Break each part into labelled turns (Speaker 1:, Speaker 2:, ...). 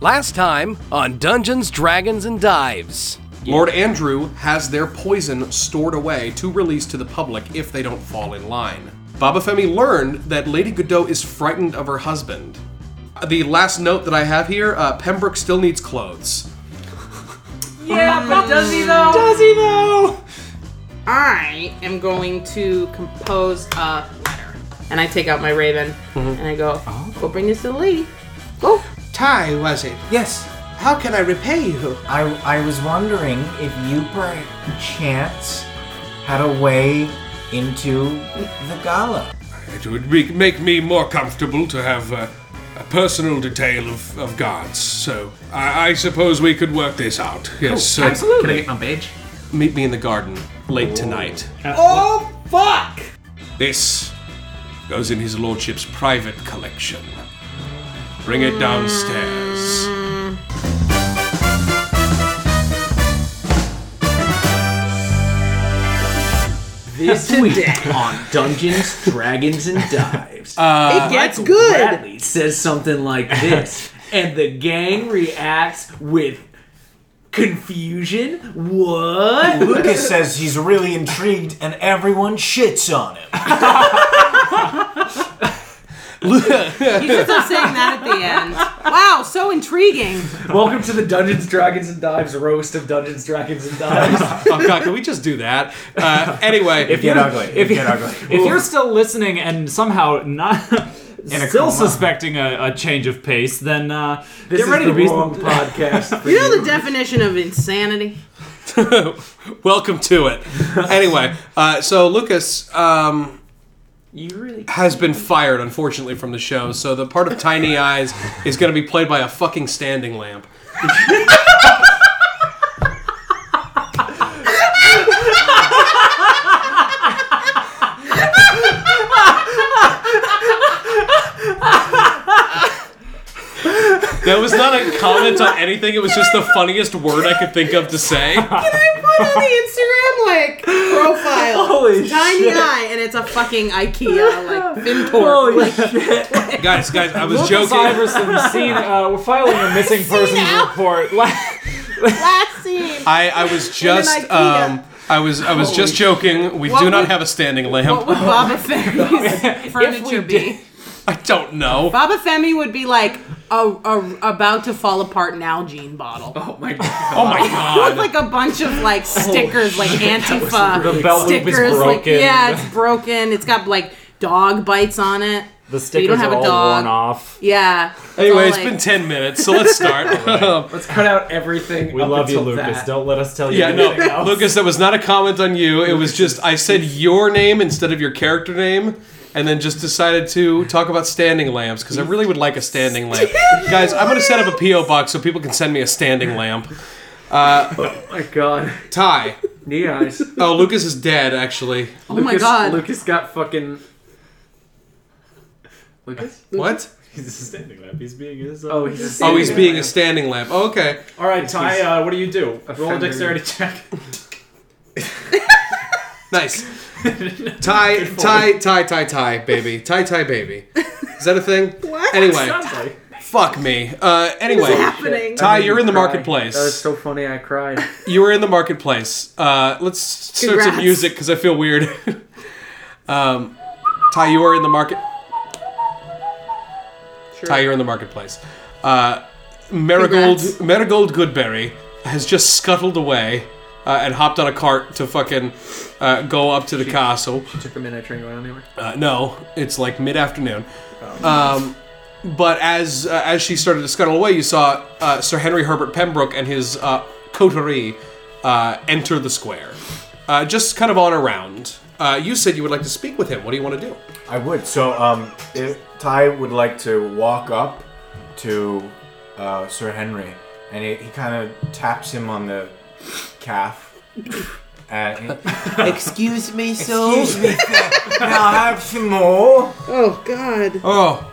Speaker 1: Last time on Dungeons, Dragons, and Dives.
Speaker 2: Lord Andrew has their poison stored away to release to the public if they don't fall in line. Baba Femi learned that Lady Godot is frightened of her husband. The last note that I have here uh, Pembroke still needs clothes.
Speaker 3: Yeah, but does he though? Does he?
Speaker 4: I am going to compose a letter. And I take out my raven
Speaker 5: Mm-hmm.
Speaker 4: and I go, go bring this to the lady. Go.
Speaker 6: Ty, was it?
Speaker 7: Yes,
Speaker 6: How can I repay you?
Speaker 7: I, I was wondering if you perchance had a way into the gala.
Speaker 8: It would be, make me more comfortable to have uh, a personal detail of, of guards, so I, I suppose we could work this out. Yes, uh,
Speaker 5: Can I get my badge?
Speaker 2: Meet me in the garden late tonight.
Speaker 6: Oh, fuck!
Speaker 2: This goes in his lordship's private collection. Bring it downstairs.
Speaker 5: This week on Dungeons, Dragons, and Dives.
Speaker 4: it gets good.
Speaker 5: Bradley says something like this, and the gang reacts with confusion. What?
Speaker 7: Lucas says he's really intrigued and everyone shits on him.
Speaker 4: You should stop saying that at the end. Wow, so intriguing.
Speaker 9: Welcome to the Dungeons, Dragons, and Dives roast of Dungeons, Dragons, and Dives.
Speaker 2: oh, God, can we just do that? Uh, anyway.
Speaker 7: If get ugly. If, get ugly.
Speaker 9: if you're still listening and somehow not
Speaker 7: a
Speaker 9: still
Speaker 7: coma.
Speaker 9: suspecting a, a change of pace, then uh,
Speaker 5: This
Speaker 9: get ready
Speaker 5: is
Speaker 9: to
Speaker 5: the
Speaker 9: be
Speaker 5: wrong podcast. For
Speaker 4: You know the definition of insanity?
Speaker 2: Welcome to it. Anyway, uh, so Lucas um,
Speaker 5: you really
Speaker 2: has been fired, unfortunately, from the show. So the part of Tiny Eyes is going to be played by a fucking standing lamp. That was not a comment on anything. It was just the funniest word I could think of to say.
Speaker 4: Put on the Instagram like profile.
Speaker 5: Holy
Speaker 4: Tiny eye, and it's a fucking IKEA like Fintor.
Speaker 5: Holy shit.
Speaker 2: Guys, guys, I was
Speaker 9: Lucas
Speaker 2: joking.
Speaker 9: Iverson seen uh, we're filing a missing persons
Speaker 4: now.
Speaker 9: report. La-
Speaker 4: Last scene.
Speaker 2: I, I was
Speaker 4: In an
Speaker 2: just
Speaker 4: IKEA.
Speaker 2: um I was I was just joking. We do
Speaker 4: What
Speaker 2: not
Speaker 4: would-
Speaker 2: have a standing lamp.
Speaker 4: What would Baba Femi's furniture be?
Speaker 2: I don't know.
Speaker 4: Baba Femi would be like a, a about to fall apart Nalgene bottle.
Speaker 5: Oh my god.
Speaker 2: Oh my
Speaker 4: With
Speaker 2: god.
Speaker 4: like a bunch of like stickers, like Antifa
Speaker 9: really Oh, The bell loop is
Speaker 4: stickers, like
Speaker 9: broken.
Speaker 4: yeah, it's broken. It's got like dog bites on it.
Speaker 9: the
Speaker 4: But you
Speaker 9: stickers
Speaker 4: don't have
Speaker 9: are
Speaker 4: a
Speaker 9: all
Speaker 4: dog.
Speaker 9: worn off.
Speaker 4: Yeah. It's
Speaker 2: Anyway,
Speaker 4: all,
Speaker 2: it's
Speaker 4: like-
Speaker 2: been ten minutes, so let's start.
Speaker 5: Let's cut out everything.
Speaker 9: We
Speaker 5: up
Speaker 9: love you,
Speaker 5: until
Speaker 9: Lucas.
Speaker 5: that.
Speaker 9: Don't let us tell you
Speaker 2: yeah,
Speaker 9: anything
Speaker 2: no,
Speaker 9: else.
Speaker 2: Lucas, that was not a comment on you. It was just I said your name instead of your character name, and then just decided to talk about standing lamps because I really would like a standing lamp. Guys, I'm gonna set up a PO box so people can send me a standing lamp. Uh,
Speaker 5: Oh my god.
Speaker 2: Ty.
Speaker 5: Knee eyes.
Speaker 2: Oh, Lucas is dead. Actually,
Speaker 4: Oh my god.
Speaker 5: Lucas got fucking. Lucas?
Speaker 2: what?
Speaker 9: He's standing up. He's being his.
Speaker 5: Oh, he's.
Speaker 2: Oh, he's being a standing lamp. Oh, okay.
Speaker 9: All right, Ty. Uh, what do you do? Roll a
Speaker 5: Offender.
Speaker 9: dexterity check.
Speaker 2: Nice. tie, tie, tie, tie, tie, baby. Tie, tie, baby. Is that a thing? What? Anyway,
Speaker 9: like-
Speaker 2: fuck me. Uh, anyway,
Speaker 4: happening.
Speaker 2: Ty, you're in the
Speaker 5: Cry.
Speaker 2: marketplace.
Speaker 5: That was so funny. I cried.
Speaker 2: You were in the marketplace. Uh, let's start
Speaker 4: Congrats.
Speaker 2: some music because I feel weird. um, Ty, you are in the market. Ty, you're in the marketplace. Uh, Marigold,
Speaker 4: Congrats.
Speaker 2: Marigold Goodberry has just scuttled away uh, and hopped on a cart to fucking uh, go up to the castle.
Speaker 5: Took the midnight train going anywhere. Oh.
Speaker 2: Uh, no, it's like mid afternoon. Um, but as uh, as she started to scuttle away, you saw uh, Sir Henry Herbert Pembroke and his uh, coterie uh, enter the square, uh, just kind of on around. Uh, you said you would like to speak with him. What do you want to do?
Speaker 7: I would. So, um, if Ty would like to walk up to uh, Sir Henry, and he, he kind of taps him on the calf. And
Speaker 6: Excuse me, so.
Speaker 7: Excuse me, can I have some more?
Speaker 4: Oh god.
Speaker 2: Oh,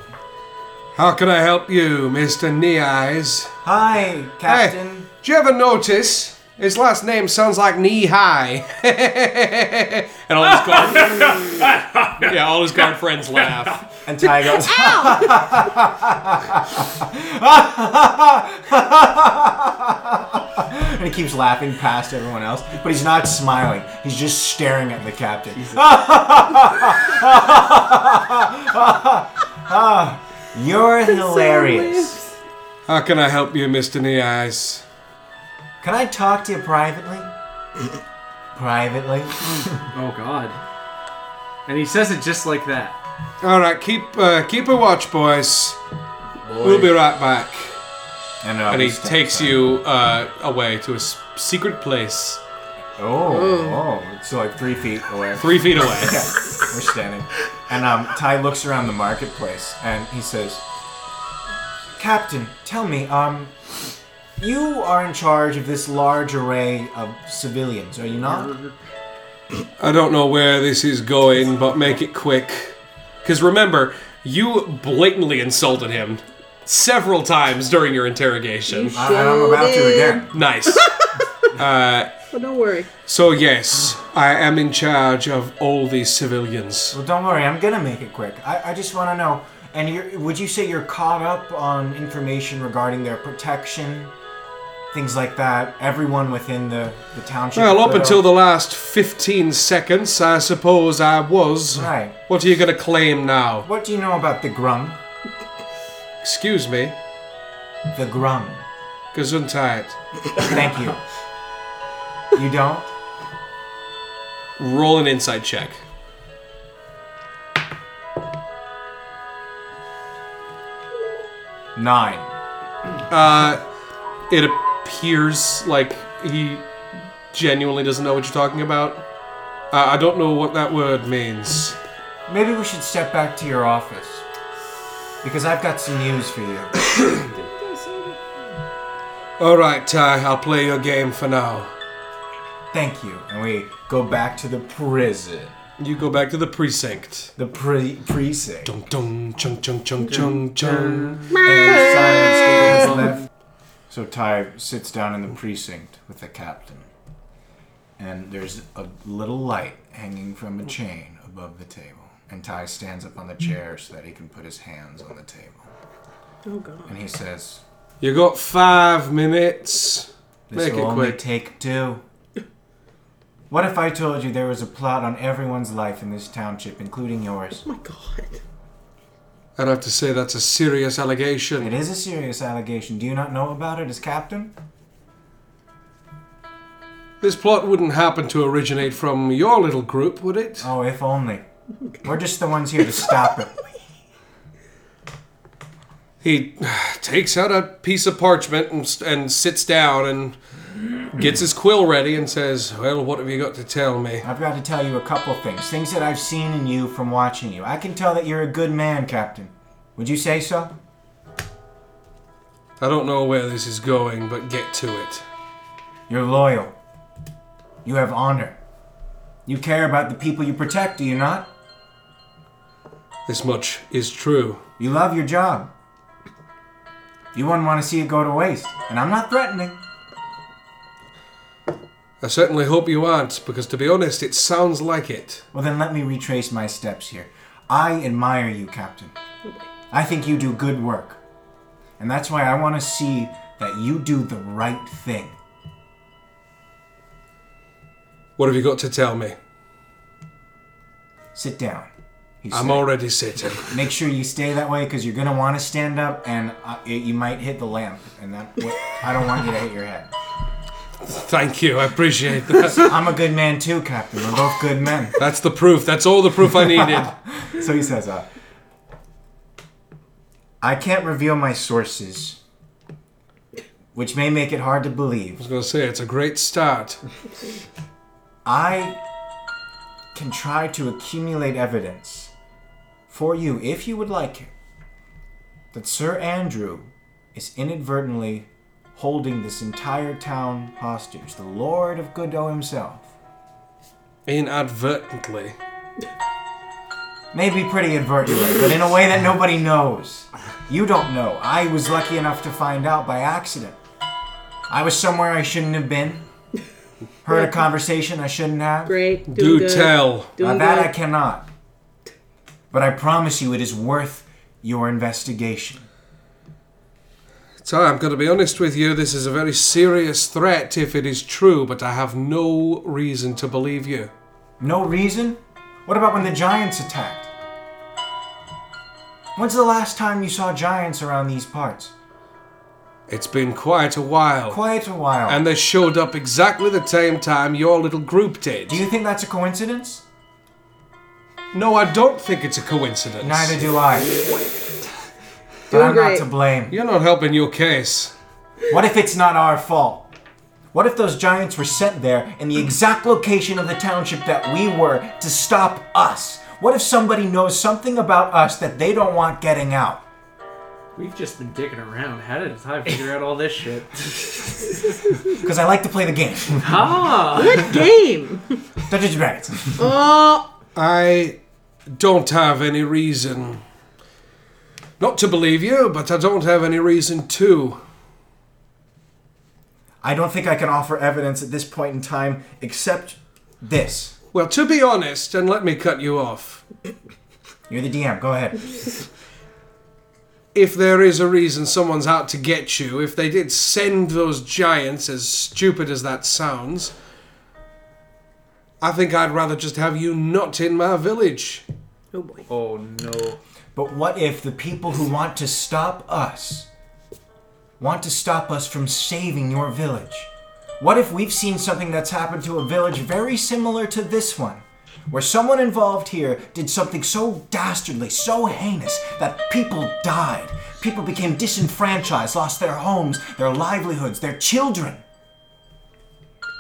Speaker 2: how can I help you, Mister Knee Eyes?
Speaker 7: Hi, Captain.
Speaker 2: Did you ever notice His last name sounds like knee high. and all his guard, yeah, all his guard friends laugh.
Speaker 7: And Ty goes, and he keeps laughing past everyone else, but he's not smiling. He's just staring at the captain. Ah, You're hilarious.
Speaker 2: How can I help you, Mister Knee Eyes?
Speaker 7: Can I talk to you privately? privately?
Speaker 9: Oh God. And he says it just like that.
Speaker 2: All right, keep uh, keep a watch, boys. We'll be right back.
Speaker 7: And, uh,
Speaker 2: And he
Speaker 7: steps
Speaker 2: takes
Speaker 7: back.
Speaker 2: you uh, away to a s- secret place,
Speaker 7: Oh, oh, so like three feet away.
Speaker 2: three feet away.
Speaker 7: Yeah, we're standing. And um, Ty looks around the marketplace and he says, Captain, tell me, um, you are in charge of this large array of civilians, are you not?
Speaker 2: I don't know where this is going, but make it quick. Because remember, you blatantly insulted him several times during your interrogation.
Speaker 7: I- and I'm about to again.
Speaker 2: Nice.
Speaker 4: But Oh, don't worry.
Speaker 2: so, yes, I am in charge of all these civilians.
Speaker 7: Well, don't worry, I'm gonna make it quick. I, I just want to know, and you're, would you say you're caught up on information regarding their protection? Things like that, everyone within the, the township.
Speaker 2: Well, up
Speaker 7: but, uh,
Speaker 2: until the last 15 seconds, I suppose I was.
Speaker 7: Right.
Speaker 2: What are you going to claim now?
Speaker 7: What do you know about the grung?
Speaker 2: Excuse me.
Speaker 7: The grung.
Speaker 2: Gesundheit.
Speaker 7: Thank you. You don't?
Speaker 2: Roll an insight check.
Speaker 7: Nine.
Speaker 2: It appears like he genuinely doesn't know what you're talking about. Uh, I don't know what that word means.
Speaker 7: Maybe we should step back to your office. Because I've got some news for you.
Speaker 2: All right, Ty, I'll play your game for now.
Speaker 7: Thank you. And we go back to the prison.
Speaker 2: You go back to the precinct.
Speaker 7: The pre- precinct.
Speaker 2: Dun dun chung chung chung chung chung.
Speaker 7: And silence goes left. So Ty sits down in the precinct with the captain. And there's a little light hanging from a chain above the table. And Ty stands up on the chair so that he can put his hands on the table.
Speaker 4: Oh god.
Speaker 7: And he says,
Speaker 2: You got five minutes.
Speaker 7: This
Speaker 2: Make
Speaker 7: will
Speaker 2: it
Speaker 7: only
Speaker 2: quick.
Speaker 7: take two. What if I told you there was a plot on everyone's life in this township, including yours?
Speaker 4: Oh my god.
Speaker 2: I'd have to say that's a serious
Speaker 7: It
Speaker 2: allegation.
Speaker 7: is a serious allegation. Do you not know about it as captain?
Speaker 2: This plot wouldn't happen to originate from your little group, would it?
Speaker 7: Oh, if only. We're just the ones here to stop it.
Speaker 2: He takes out a piece of parchment and, and sits down and gets his quill ready and says, Well, what have you got to tell me?
Speaker 7: I've got to tell you a couple things. Things that I've seen in you from watching you. I can tell that you're a good man, Captain. Would you say so?
Speaker 2: I don't know where this is going, but get to it.
Speaker 7: You're loyal. You have honor. You care about the people you protect, do you not?
Speaker 2: This much is true.
Speaker 7: You love your job. You wouldn't want to see it go to waste. And I'm not threatening.
Speaker 2: I certainly hope you aren't, because to be honest, it sounds like it.
Speaker 7: Well, then let me retrace my steps here. I admire you, Captain. I think you do good work. And that's why I want to see that you do the right thing.
Speaker 2: What have you got to tell me?
Speaker 7: Sit down. He
Speaker 2: I'm
Speaker 7: said.
Speaker 2: already sitting.
Speaker 7: Make sure you stay that way because you're going to want to stand up and uh, it, you might hit the lamp. And that, I don't want you to hit your head.
Speaker 2: Thank you, I appreciate that.
Speaker 7: I'm a good man, too, Captain. We're both good men.
Speaker 2: That's the proof. That's all the proof I needed.
Speaker 7: So he says, uh, I can't reveal my sources, which may make it hard to
Speaker 2: I
Speaker 7: believe.
Speaker 2: was going to say, it's a great start.
Speaker 7: I can try to accumulate evidence for you, if you would like it, that Sir Andrew is inadvertently holding this entire town hostage, the Lord of Godot himself.
Speaker 2: Inadvertently.
Speaker 7: Maybe pretty advertently, but in a way that nobody knows. You don't know. I was lucky enough to find out by accident. I was somewhere I shouldn't have been. Heard a conversation I shouldn't have?
Speaker 4: Great. Doing
Speaker 8: Do
Speaker 4: good.
Speaker 8: tell.
Speaker 7: Now
Speaker 4: Doing
Speaker 7: that
Speaker 4: good.
Speaker 7: I cannot. But I promise you it is worth your investigation.
Speaker 2: So I'm going to be honest with you. This is a very serious threat if it is true, but I have no reason to believe you.
Speaker 7: No reason? What about when the giants attacked? When's the last time you saw giants around these parts?
Speaker 2: It's been quite a while.
Speaker 7: Quite a while.
Speaker 2: and they showed up exactly the same time your little group did.
Speaker 7: do you think that's a coincidence?
Speaker 2: No, I don't think it's a coincidence.
Speaker 7: Neither do I. but
Speaker 4: Doing
Speaker 7: I'm
Speaker 4: great.
Speaker 7: not to blame.
Speaker 2: You're not helping your case.
Speaker 7: What if it's not our fault? What if those giants were sent there in the exact location of the township that we were to stop us? What if somebody knows something about us that they don't want getting out?
Speaker 5: We've just been dicking around. How did I figure out all this shit?
Speaker 7: Because I like to play the game.
Speaker 5: Ah,
Speaker 4: Good game.
Speaker 7: Dungeons and Dragons.
Speaker 4: Oh,
Speaker 2: I don't have any reason not to believe you, but I don't have any reason to.
Speaker 7: I don't think I can offer evidence at this point in time except this.
Speaker 2: Well, to be honest, and let me cut you off.
Speaker 7: You're the DM, go ahead.
Speaker 2: If there is a reason someone's out to get you, if they did send those giants, as stupid as that sounds, I think I'd rather just have you not in my village.
Speaker 4: oh boy.
Speaker 9: Oh no.
Speaker 7: But what if the people who want to stop us want to stop us from saving your village? What if we've seen something that's happened to a village very similar to this one? Where someone involved here did something so dastardly, so heinous, that people died. People became disenfranchised, lost their homes, their livelihoods, their children.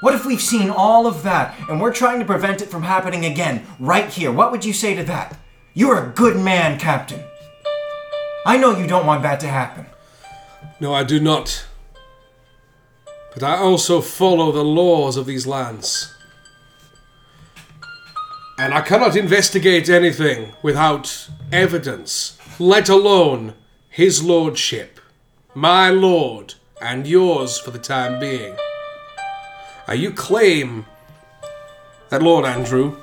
Speaker 7: What if we've seen all of that and we're trying to prevent it from happening again, right here? What would you say to that? You're a good man, Captain. I know you don't want that to happen.
Speaker 2: No, I do not. But I also follow the laws of these lands. And I cannot investigate anything without evidence, let alone his lordship, my lord, and yours for the time being. Now, you claim that Lord Andrew,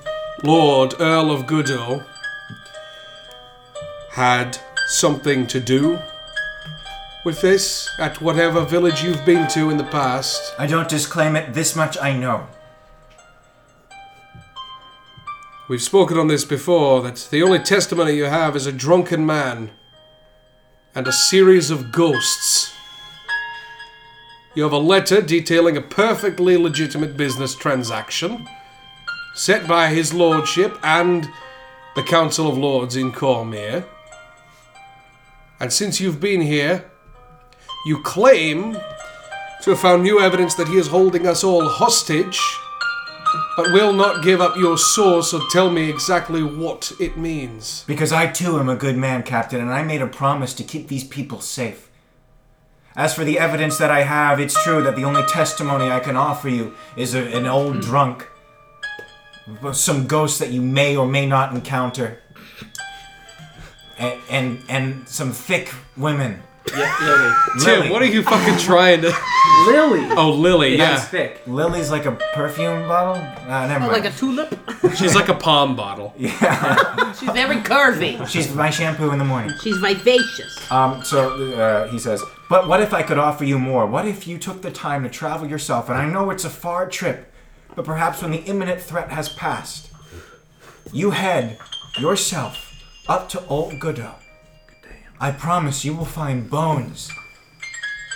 Speaker 2: Lord Earl of Goodall, had something to do with this at whatever village you've been to in the past.
Speaker 7: I don't disclaim it, this much I know.
Speaker 2: We've spoken on this before that the only testimony you have is a drunken man and a series of ghosts. You have a letter detailing a perfectly legitimate business transaction set by his lordship and the Council of Lords in Cormyr. And since you've been here, you claim to have found new evidence that he is holding us all hostage but will not give up your source or tell me exactly what it means.
Speaker 7: Because I too am a good man, Captain, and I made a promise to keep these people safe. As for the evidence that I have, it's true that the only testimony I can offer you is a, an
Speaker 2: Hmm.
Speaker 7: old drunk, some ghost that you may or may not encounter, and and, and some thick women. Lily.
Speaker 2: Tim, what are you fucking trying to?
Speaker 5: Lily.
Speaker 2: Oh, Lily,
Speaker 5: That's
Speaker 2: yeah,
Speaker 5: thick.
Speaker 7: Lily's like a perfume bottle. Uh, never mind.
Speaker 4: Oh, Like a tulip.
Speaker 2: she's like a palm bottle.
Speaker 4: She's very curvy.
Speaker 7: She's my shampoo in the morning.
Speaker 4: She's vivacious.
Speaker 7: Um, so uh, he says, but what if I could offer you more? What if you took the time to travel yourself? And I know it's a far trip, but perhaps when the imminent threat has passed, you head yourself up to Old Goodo. I promise you will find bones.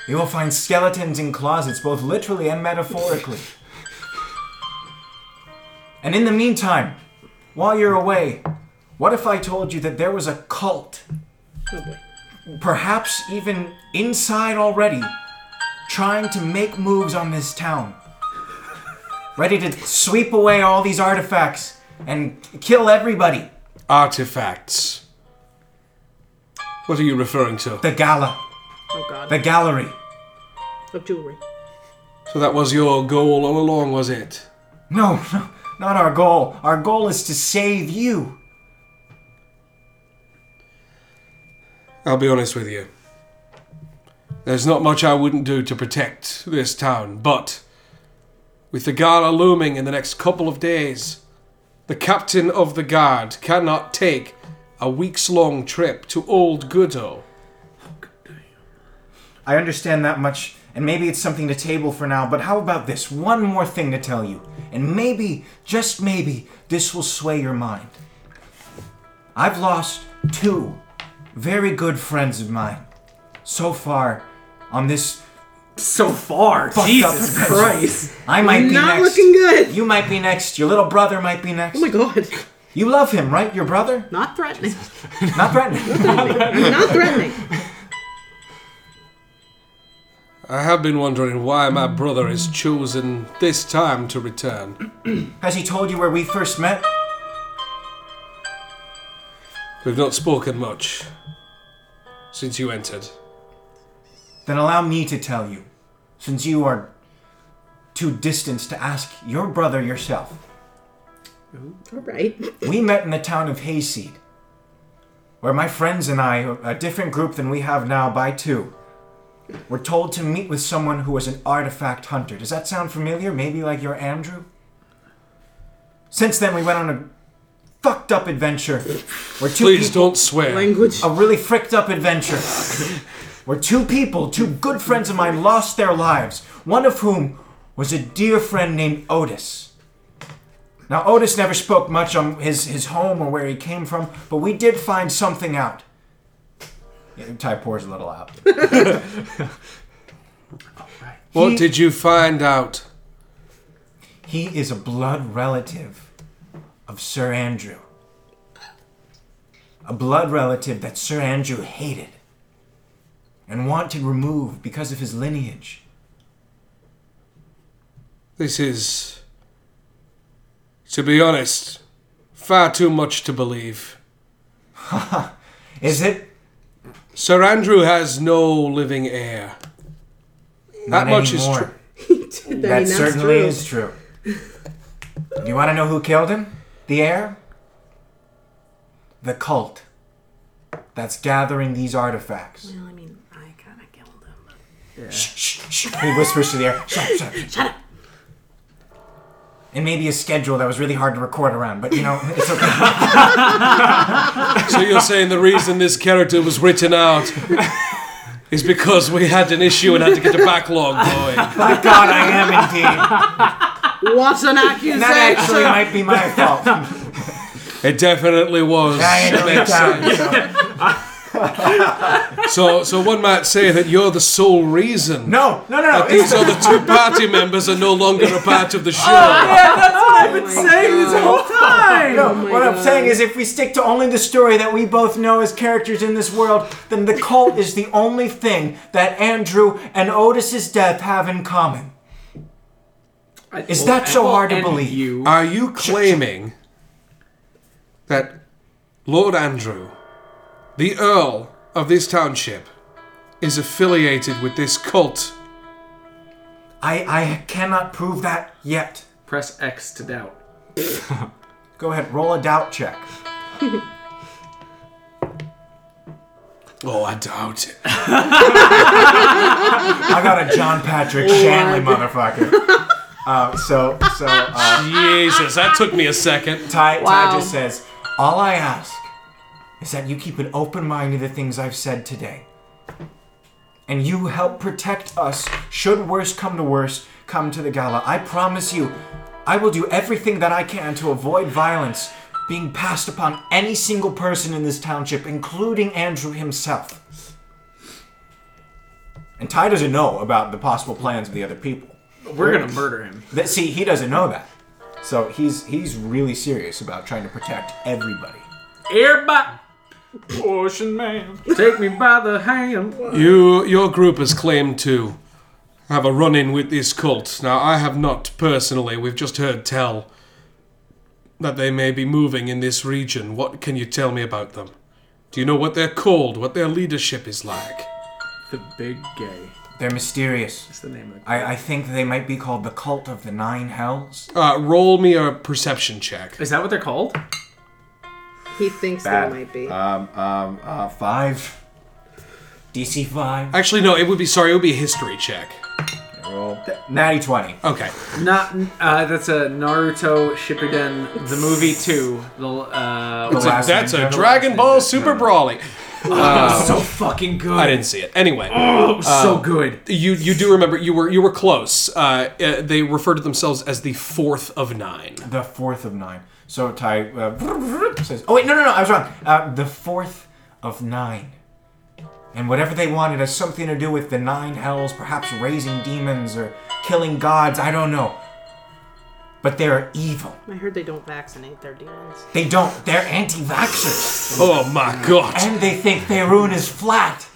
Speaker 7: You will find skeletons in closets, both literally and metaphorically. and in the meantime, while you're away, what if I told you that there was a cult perhaps even inside already, trying to make moves on this town. Ready to sweep away all these artifacts and kill everybody.
Speaker 2: Artifacts. What are you referring to?
Speaker 7: The gala,
Speaker 4: Oh god.
Speaker 7: the gallery.
Speaker 4: Of jewelry.
Speaker 2: So that was your goal all along, was it?
Speaker 7: No, no, not our goal. Our goal is to save you.
Speaker 2: I'll be honest with you. There's not much I wouldn't do to protect this town, but With the gala looming in the next couple of days, the captain of the guard cannot take a weeks long trip to Old Goodo.
Speaker 7: I understand that much, and maybe it's something to table for now, but how about this? One more thing to tell you, and maybe, just maybe, this will sway your mind. I've lost two very good friends of mine so far on this.
Speaker 5: So far,
Speaker 7: fucked up
Speaker 5: Jesus
Speaker 7: adventure.
Speaker 5: Christ.
Speaker 7: I might be
Speaker 4: Not
Speaker 7: next.
Speaker 4: looking good.
Speaker 7: You might be next. Your little brother might be next.
Speaker 4: Oh my god.
Speaker 7: You love him, right? Your brother?
Speaker 4: Not threatening.
Speaker 7: Not threatening.
Speaker 4: Not threatening.
Speaker 2: I have been wondering why my brother has chosen this time to return.
Speaker 7: Has he told you where we first met?
Speaker 2: We've not spoken much since you entered.
Speaker 7: Then allow me to tell you, since you are too distant to ask your brother yourself.
Speaker 4: Alright.
Speaker 7: We met in the town of Hayseed, where my friends and I, a different group than we have now by two, were told to meet with someone who was an artifact hunter. Does that sound familiar? Maybe like your Andrew? Since then, we went on a fucked up adventure where two
Speaker 2: Please
Speaker 7: people,
Speaker 2: don't swear.
Speaker 4: Language.
Speaker 7: a really fricked up adventure where two people, two good friends of mine, lost their lives. One of whom was a dear friend named Otis. Now, Otis never spoke much on his, his home or where he came from, but we did find something out. Yeah, Ty pours a little out.
Speaker 2: What did you find out?
Speaker 7: He is a blood relative of Sir Andrew. A blood relative that Sir Andrew hated and wanted removed because of his lineage.
Speaker 2: This is, to be honest, far too much to believe.
Speaker 7: Is it?
Speaker 2: Sir Andrew has no living heir.
Speaker 7: Not
Speaker 2: that much
Speaker 7: anymore.
Speaker 2: is true.
Speaker 4: Did
Speaker 7: That
Speaker 4: he not
Speaker 7: certainly
Speaker 4: screw?
Speaker 7: is true. you want to know who killed him? The heir? The cult. That's gathering these artifacts.
Speaker 4: Well, I mean, I kinda killed him.
Speaker 7: He whispers to the air, shut up, shut up.
Speaker 4: Shut up.
Speaker 7: And maybe a schedule that was really hard to record around, but you know, it's okay.
Speaker 2: So you're saying the reason this character was written out is because we had an issue and had to get a backlog going.
Speaker 7: By God, I am indeed.
Speaker 4: What's an accusation?
Speaker 7: That actually might be my fault. I
Speaker 2: It definitely was.
Speaker 7: am in doubt, so.
Speaker 2: So, so one might say that you're the sole reason.
Speaker 7: No, no, no, no.
Speaker 2: that
Speaker 7: It's Oh,
Speaker 2: These other two party members are no longer a part of the show.
Speaker 5: Saying this whole time.
Speaker 7: No, what I'm saying is if we stick to only the story that we both know as characters in this world, then the cult is the only thing that Andrew and Otis's death have in common. Is that so hard to
Speaker 5: And
Speaker 7: believe?
Speaker 5: You.
Speaker 2: Are you claiming that Lord Andrew, the Earl of this township, is affiliated with this cult?
Speaker 7: I, I cannot prove that yet.
Speaker 5: Press X to doubt.
Speaker 7: Go ahead, roll a doubt check.
Speaker 2: Oh, I doubt it.
Speaker 7: I got a John Patrick
Speaker 5: Oh
Speaker 7: Shanley motherfucker. Uh, so, so, uh,
Speaker 2: Jesus, that took me a second.
Speaker 7: Ty, Ty
Speaker 4: Wow.
Speaker 7: just says, All I ask is that you keep an open mind to the things I've said today. And you help protect us should worse come to worse come to the gala. I promise you, I will do everything that I can to avoid violence being passed upon any single person in this township, including Andrew himself. And Ty doesn't know about the possible plans of the other people.
Speaker 5: We're gonna murder him.
Speaker 7: That see, he doesn't know that. So he's he's really serious about trying to protect everybody.
Speaker 5: Everybody,
Speaker 9: Ocean Man.
Speaker 5: take me by the hand.
Speaker 2: You, your group has claimed to have a run in with this cult. Now, I have not personally, we've just heard tell that they may be moving in this region. What can you tell me about them? Do you know what they're called, what their leadership is like?
Speaker 5: The big gay.
Speaker 7: They're mysterious.
Speaker 5: That's the name of it.
Speaker 7: I, I think they might be called the cult of the nine hells.
Speaker 2: Uh, roll me a perception check.
Speaker 5: Is that what they're called?
Speaker 4: He thinks they might be.
Speaker 7: Um, um, uh, five. DC five.
Speaker 2: Actually, no, it would be sorry, it would be a history check.
Speaker 7: Roll. Natty 20.
Speaker 2: Okay.
Speaker 5: Not uh, that's a Naruto Shippuden the movie two. The uh,
Speaker 7: The
Speaker 5: one-
Speaker 7: last
Speaker 2: That's
Speaker 7: ninja.
Speaker 2: a Dragon Ball Super Brawly.
Speaker 5: so
Speaker 9: oh,
Speaker 5: fucking good.
Speaker 2: I didn't see it. Anyway. um,
Speaker 5: Oh, so good.
Speaker 2: You you do remember you were you were close. Uh, uh, they refer to themselves as the fourth of nine.
Speaker 7: The fourth of nine. So Ty uh, says, "Oh wait, no, no, no, I was wrong. Uh, the fourth of nine, and whatever they wanted has something to do with the nine hells, perhaps raising demons or killing gods. I don't know. But they're evil.
Speaker 4: I heard they don't vaccinate their demons.
Speaker 7: They don't. They're anti-vaxxers,
Speaker 2: Oh my god!
Speaker 7: and they think Faerun is flat.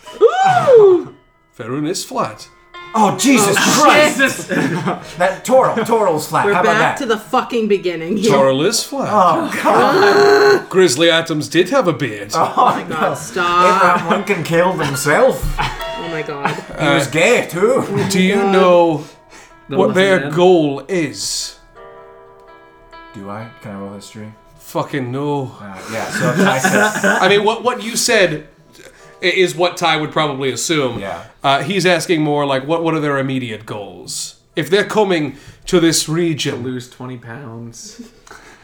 Speaker 2: Ferun is flat.
Speaker 7: Oh Jesus Christ!
Speaker 4: Jesus!
Speaker 7: That Toral, Toral's flat.
Speaker 4: We're
Speaker 7: How
Speaker 4: back
Speaker 7: about that?
Speaker 4: to the fucking beginning here.
Speaker 2: Coral is flat.
Speaker 7: oh God!
Speaker 2: Grizzly Adams did have a beard.
Speaker 4: Oh my god, stop.
Speaker 7: Abraham Lincoln killed himself.
Speaker 4: Oh my god.
Speaker 7: He was gay too.
Speaker 2: do you know what their
Speaker 5: man.
Speaker 2: goal is?
Speaker 7: Do I? Can I roll history?
Speaker 2: Fucking no.
Speaker 7: Uh, yeah. So Ty says.
Speaker 2: I mean, what what you said i- is what Ty would probably assume.
Speaker 7: Yeah.
Speaker 2: Uh, he's asking more like, what what are their immediate goals? If they're coming to this region,
Speaker 5: Lose twenty pounds.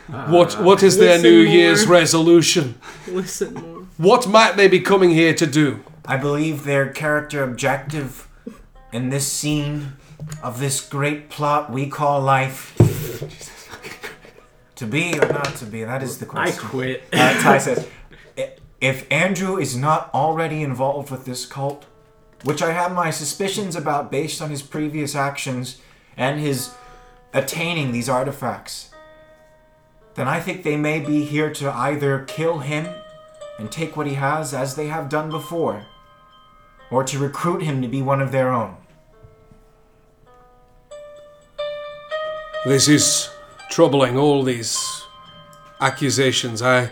Speaker 2: what
Speaker 7: Uh,
Speaker 2: what is their
Speaker 4: Listen
Speaker 2: New
Speaker 4: more.
Speaker 2: Year's resolution?
Speaker 4: Listen more.
Speaker 2: What might they be coming here to do?
Speaker 7: I believe their character objective in this scene of this great plot we call life. to be or not to be, that is the
Speaker 5: I
Speaker 7: question.
Speaker 5: quit.
Speaker 7: Uh, Ty says, "I- if Andrew is not already involved with this cult, which I have my suspicions about based on his previous actions and his attaining these artifacts, then I think they may be here to either kill him and take what he has as they have done before, or to recruit him to be one of their own.
Speaker 2: This is troubling. All these accusations. I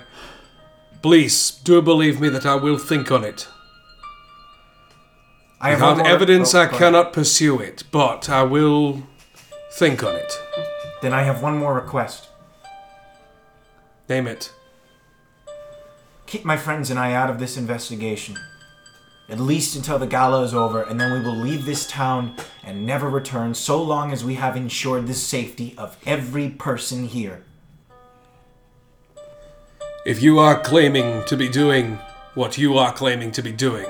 Speaker 2: please do believe me that I will think on it.
Speaker 7: I have one
Speaker 2: Without
Speaker 7: more-
Speaker 2: evidence,
Speaker 7: oh,
Speaker 2: I
Speaker 7: go ahead.
Speaker 2: cannot pursue it, but I will think on it.
Speaker 7: Then I have one more request.
Speaker 2: Name it.
Speaker 7: Keep my friends and I out of this investigation. At least until the gala is over, and then we will leave this town and never return so long as we have ensured the safety of every person here.
Speaker 2: If you are claiming to be doing what you are claiming to be doing,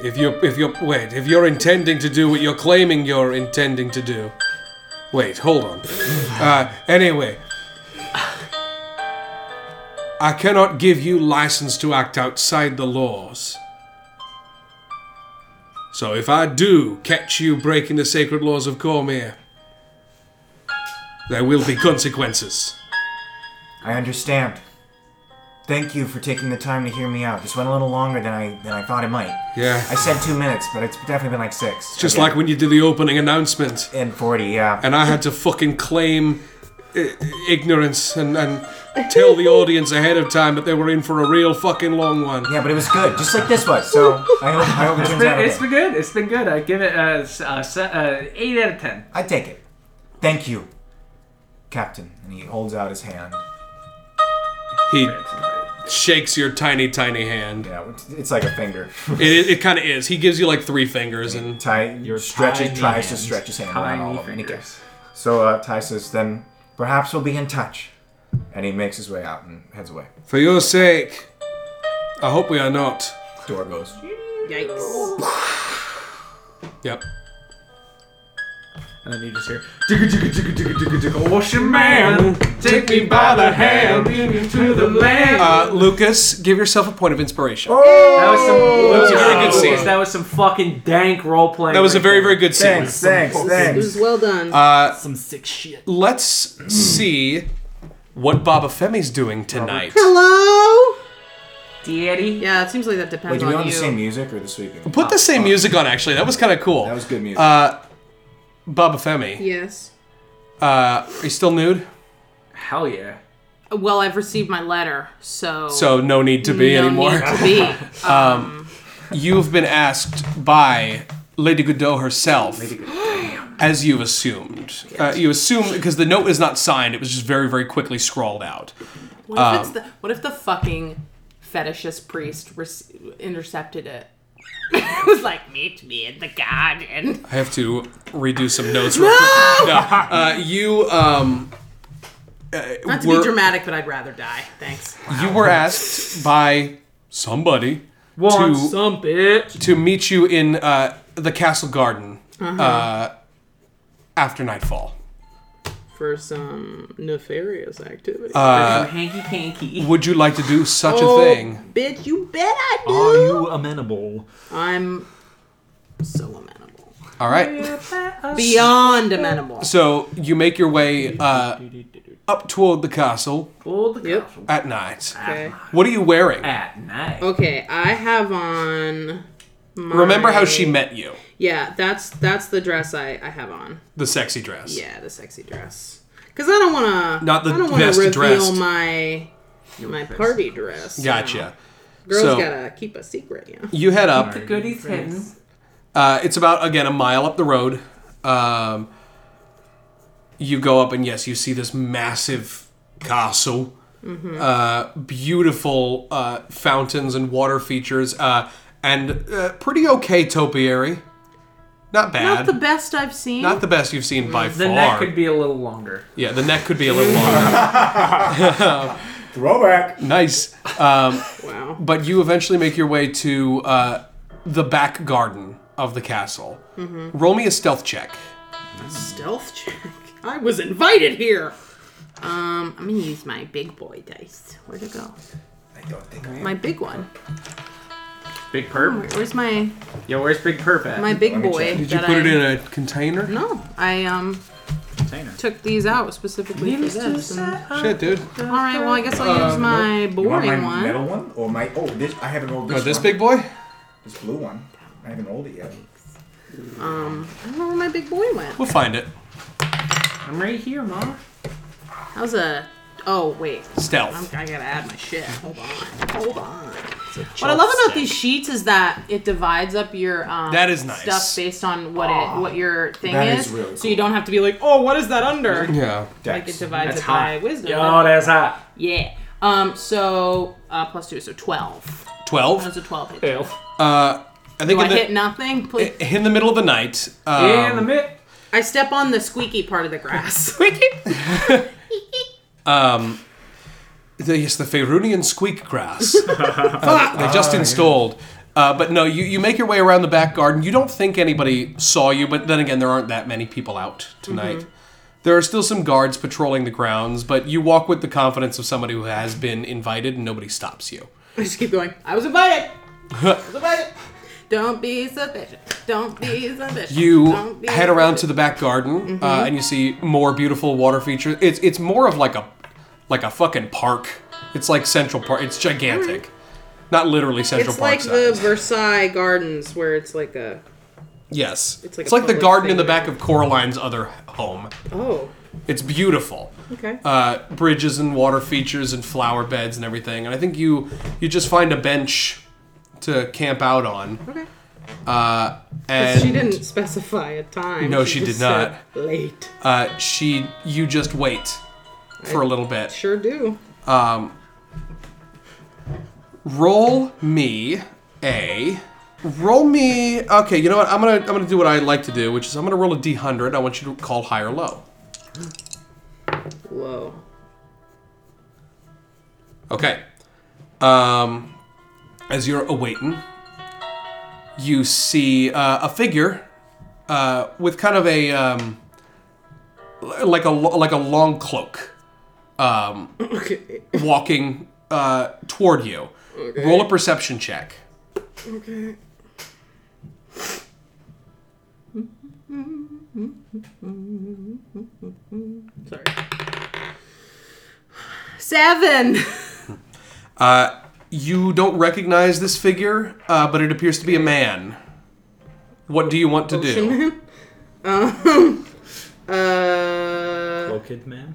Speaker 2: if you're, if you're, wait, if you're intending to do what you're claiming you're intending to do, wait, hold on. Uh, anyway, I cannot give you license to act outside the laws. So if I do catch you breaking the sacred laws of Cormier, there will be consequences.
Speaker 7: I understand. Thank you for taking the time to hear me out. This went a little longer than I than I thought it might.
Speaker 2: Yeah.
Speaker 7: I said two minutes, but it's definitely been like six.
Speaker 2: Just like when you did the opening announcement,
Speaker 7: in forty, yeah.
Speaker 2: and I had to fucking claim i- ignorance and, and tell the audience ahead of time that they were in for a real fucking long one.
Speaker 7: yeah, but it was good, just like this was. So I hope I hope it turns out.
Speaker 9: It's
Speaker 7: okay.
Speaker 9: been good. It's been good. I give it a, s- a se- a eight out of
Speaker 2: Oh,
Speaker 9: ten.
Speaker 7: I take it. Thank you, Captain. And he holds out his hand.
Speaker 2: He shakes your tiny, tiny hand.
Speaker 7: Yeah, it's- it's like a finger.
Speaker 2: It, it kind of is. He gives you like three fingers, and
Speaker 7: Ty stretches,
Speaker 5: tiny
Speaker 7: tries to
Speaker 5: hands.
Speaker 7: stretch his hand around all
Speaker 9: Tiny
Speaker 7: of them. and he
Speaker 9: fingers.
Speaker 7: gets- So uh, Ty says, "Then perhaps we'll be in touch." And he makes his way out and heads away.
Speaker 2: for your sake, I hope we are not.
Speaker 7: Door goes.
Speaker 4: Yikes.
Speaker 2: Yep.
Speaker 9: And then you just hear digga digga digga digga digga digga. Wash your man, take me by the hand, lead me to the land.
Speaker 2: Uh, Lucas, give yourself a point of inspiration.
Speaker 5: Oh,
Speaker 9: that was some. That was
Speaker 2: Oh. a very good scene.
Speaker 9: That was some fucking dank role playing.
Speaker 2: That was a very, very good scene.
Speaker 7: Thanks, thanks,
Speaker 4: It
Speaker 7: thanks.
Speaker 4: was well done.
Speaker 7: Uh,
Speaker 5: Some sick shit.
Speaker 2: Let's see what Baba Femi's doing tonight.
Speaker 4: Hello?
Speaker 9: Daddy.
Speaker 4: Yeah, it seems like that depends
Speaker 7: Wait, do we
Speaker 4: on
Speaker 7: own
Speaker 4: you.
Speaker 7: the same music or the sweeping?
Speaker 2: Put the same music on, actually. That was kind of cool.
Speaker 7: That was good music.
Speaker 2: Baba Femi.
Speaker 4: Yes.
Speaker 2: Uh, are you still nude?
Speaker 9: Hell yeah.
Speaker 4: Well, I've received my letter, so
Speaker 2: So no need to be
Speaker 4: no
Speaker 2: anymore.
Speaker 4: need to be.
Speaker 2: You've been asked by Lady Godot herself, as you've assumed. Uh, you assume because the note is not signed; it was just very, very quickly scrawled out.
Speaker 4: What if,
Speaker 2: Uh,
Speaker 4: it's the, what if the fucking fetishist priest rec- intercepted it? it was like, meet me in the garden. Ah!
Speaker 2: I have to redo some notes. Real quick. No, uh, you um,
Speaker 4: Not to
Speaker 2: We're-
Speaker 4: be dramatic, but I'd rather die. Thanks.
Speaker 2: you were asked by somebody
Speaker 5: Want
Speaker 2: To-
Speaker 5: some bitch.
Speaker 2: to meet you in uh, the castle garden uh, after nightfall.
Speaker 4: For some nefarious activity.
Speaker 5: Some hanky panky.
Speaker 2: Would you like to do such
Speaker 4: Oh,
Speaker 2: a Uh, thing?
Speaker 4: Bitch, you bet I do.
Speaker 5: Are you amenable?
Speaker 4: I'm so amenable.
Speaker 2: All right.
Speaker 4: Beyond amenable.
Speaker 2: So you make your way uh, up toward the castle
Speaker 5: Old
Speaker 4: Yep.
Speaker 2: at night.
Speaker 4: Okay.
Speaker 2: What are you wearing?
Speaker 5: at night.
Speaker 4: Okay, I have on. My...
Speaker 2: Remember how she met you?
Speaker 4: Yeah, that's that's the dress I I have on.
Speaker 2: The sexy dress.
Speaker 4: Yeah, the sexy dress. Cause I don't wanna.
Speaker 2: Not the
Speaker 4: I don't wanna
Speaker 2: best
Speaker 4: reveal
Speaker 2: dressed.
Speaker 4: my my party dress. you know.
Speaker 2: Gotcha.
Speaker 4: Girls
Speaker 2: So-
Speaker 4: gotta keep a secret. You know.
Speaker 2: You head up.
Speaker 5: Goodies hidden.
Speaker 2: Uh, it's about again a mile up the road. Um, you go up and yes, you see this massive castle, uh, beautiful uh, fountains and water features, uh, and uh, pretty okay topiary. Not bad.
Speaker 4: Not the best I've seen.
Speaker 2: Not the best you've seen by
Speaker 5: The
Speaker 2: far.
Speaker 5: neck could be a little longer.
Speaker 2: yeah, the neck could be a little longer.
Speaker 7: Throwback.
Speaker 2: nice,
Speaker 4: wow.
Speaker 2: but you eventually make your way to uh, the back garden of the castle.
Speaker 4: Mm-hmm.
Speaker 2: Roll me a stealth check.
Speaker 4: Stealth check. I was invited here. Um, I'm gonna use my big boy dice. Where'd it go?
Speaker 7: I don't think I
Speaker 4: My big one.
Speaker 5: Big perp.
Speaker 4: Where- Where's my
Speaker 5: Yo, where's Big Perp at?
Speaker 4: Hmm. my big
Speaker 7: me
Speaker 4: boy?
Speaker 7: check.
Speaker 2: Did you
Speaker 4: that
Speaker 2: put it
Speaker 4: I-
Speaker 2: in a container?
Speaker 4: No, I um
Speaker 7: container.
Speaker 4: took these out specifically for this. and-
Speaker 2: Shit, dude.
Speaker 4: All right, well I guess I'll
Speaker 2: Uh,
Speaker 4: use my
Speaker 7: You want my
Speaker 4: boring one.
Speaker 7: metal one or my? Oh, this I haven't rolled this.
Speaker 2: this
Speaker 7: one.
Speaker 2: big boy?
Speaker 7: This blue one. I haven't rolled it yet.
Speaker 4: I don't know where my big boy went.
Speaker 2: We'll find it.
Speaker 5: I'm right here, ma.
Speaker 4: How's a? Oh wait, I'm,
Speaker 2: Stealth.
Speaker 4: I gotta add my shit. Hold on, hold on. What I love about these sheets is that it divides up your um,
Speaker 2: That is nice.
Speaker 4: stuff based on what it
Speaker 2: Ah,
Speaker 4: what your thing
Speaker 7: That
Speaker 4: is,
Speaker 7: is really
Speaker 4: so you don't have to be like, oh, what is that under?
Speaker 2: Yeah.
Speaker 4: Like it
Speaker 7: Dex.
Speaker 4: divides
Speaker 5: That's
Speaker 4: it by
Speaker 5: hot.
Speaker 4: wisdom.
Speaker 5: Yo, that's hot.
Speaker 4: yeah. Um. So uh, plus two, so twelve. That's
Speaker 2: 12.
Speaker 4: a twelve. Hit.
Speaker 5: Elf.
Speaker 2: I think
Speaker 4: Do I
Speaker 2: in the,
Speaker 4: hit nothing? Please.
Speaker 2: in the middle of the night. Um,
Speaker 5: In the mid.
Speaker 4: I step on the squeaky part of the grass.
Speaker 2: the, yes, the Faerunian squeak grass. Uh, they just installed. Uh, but no, you, you make your way around the back garden. You don't think anybody saw you, but then again, there aren't that many people out tonight.
Speaker 4: Mm-hmm.
Speaker 2: There are still some guards patrolling the grounds, but you walk with the confidence of somebody who has been invited and nobody stops you.
Speaker 4: I just keep going. I was invited. I was invited. Don't be suspicious. Don't be suspicious.
Speaker 2: You
Speaker 4: Don't be Mm-hmm.
Speaker 2: head around to
Speaker 4: suspicious.
Speaker 2: the back garden uh, and you see more beautiful water features. It's it's more of like a like a fucking park. It's like Central Park. It's gigantic. Not literally Central
Speaker 4: Mm. It's
Speaker 2: Park
Speaker 4: like the
Speaker 2: size.
Speaker 4: Versailles Gardens where it's like a
Speaker 2: yes. It's
Speaker 4: like
Speaker 2: like,
Speaker 4: a
Speaker 2: the
Speaker 4: public
Speaker 2: garden in the
Speaker 4: thing.
Speaker 2: back of Coraline's other home.
Speaker 4: oh
Speaker 2: It's beautiful.
Speaker 4: okay.
Speaker 2: Uh, bridges and water features and flower beds and everything. And I think you you just find a bench to camp out on.
Speaker 4: Okay.
Speaker 2: Uh, and
Speaker 4: she didn't specify a time.
Speaker 2: No, she
Speaker 4: just
Speaker 2: did not.
Speaker 4: said Late.
Speaker 2: Uh, she you just wait for a little bit.
Speaker 4: Sure do.
Speaker 2: roll me a roll me okay you know what i'm gonna i'm gonna do what i like to do which is i'm gonna roll a d100 i want you to call high or low
Speaker 4: Whoa.
Speaker 2: okay um as you're awaiting you see uh, a figure uh, with kind of a um, l- like a lo- like a long cloak um,
Speaker 4: Okay.
Speaker 2: walking uh, toward you roll a perception check
Speaker 4: Okay. Sorry. Seven.
Speaker 2: Uh, You don't recognize this figure, uh, but it appears to be a man. What do you want to do?
Speaker 4: Uh,
Speaker 5: Little kid man.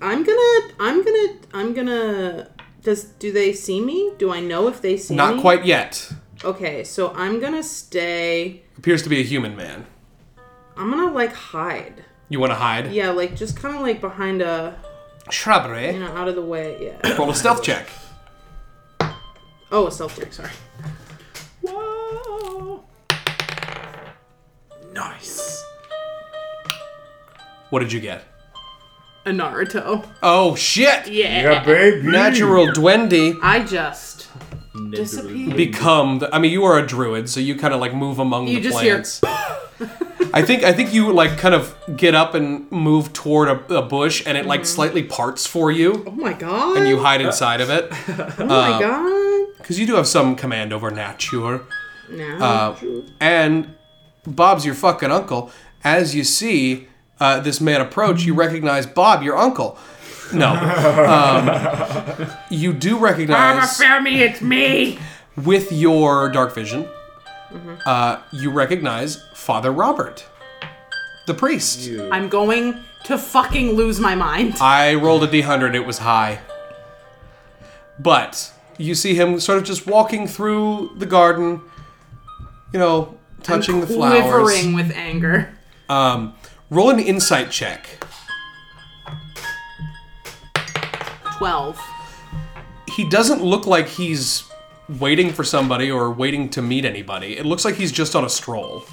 Speaker 4: I'm gonna, I'm gonna, I'm gonna. Does do they see me? Do I know if they see me?
Speaker 2: Not quite yet.
Speaker 4: Okay, so I'm gonna stay.
Speaker 2: Appears to be a human man.
Speaker 4: I'm gonna like hide.
Speaker 2: You want to hide?
Speaker 4: Yeah, like just kind of like behind a, you
Speaker 2: Shrubbery.
Speaker 4: know, out of the way. Yeah.
Speaker 2: Roll a stealth check.
Speaker 4: Oh, a self check. Sorry.
Speaker 5: Nice.
Speaker 2: What did you get?
Speaker 4: A Naruto.
Speaker 2: Oh shit!
Speaker 4: Yeah.
Speaker 7: baby.
Speaker 2: Natural Duende
Speaker 4: I just disappeared.
Speaker 2: become. The, I mean, you are a druid, so you kind of like move among
Speaker 4: You
Speaker 2: the
Speaker 4: just hear-
Speaker 2: plants. I think I think you like kind of get up and move toward a, a bush, and it like slightly parts for you,
Speaker 4: oh my god.
Speaker 2: and you uh, hide inside of it
Speaker 4: oh my god.
Speaker 2: because you do have some command over nature.
Speaker 4: No.
Speaker 2: Uh, and Bob's your fucking uncle. As you see uh, this man approach, you recognize Bob, your uncle. No, um, you do recognize
Speaker 4: Fermi, it's me. Mm-hmm.
Speaker 2: with your dark vision. Uh, you recognize Father Robert, the priest.
Speaker 4: I'm going to fucking lose my mind.
Speaker 2: I rolled a d100, it was high. But you see him sort of just walking through the garden, you know, touching the flowers.
Speaker 4: Quivering with anger.
Speaker 2: Um, roll an insight check.
Speaker 4: Twelve.
Speaker 2: He doesn't look like he's waiting for somebody or waiting to meet anybody. It looks like he's just on a stroll.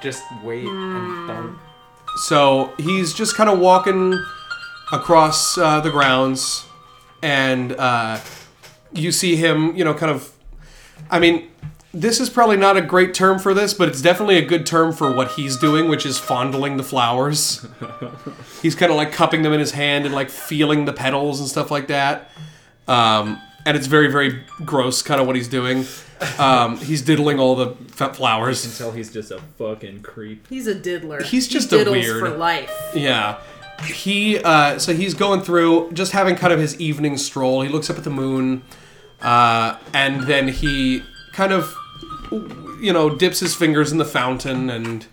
Speaker 9: Just wait and don't.
Speaker 2: So he's just kind of walking across uh, the grounds, and uh, you see him, you know, kind of. I mean, this is probably not a great term for this, but it's definitely a good term for what he's doing, which is fondling the flowers. he's kind of like cupping them in his hand and like feeling the petals and stuff like that. Um, and it's very, very gross, kind of what he's doing. Um, he's diddling all the f- flowers.
Speaker 9: Until he's just a fucking creep.
Speaker 4: He's a diddler.
Speaker 2: He's just
Speaker 4: he
Speaker 2: a
Speaker 4: diddles
Speaker 2: weird-
Speaker 4: for life.
Speaker 2: Yeah. He uh, so he's going through just having kind of his evening stroll. He looks up at the moon, uh, and then he kind of you know dips his fingers in the fountain, and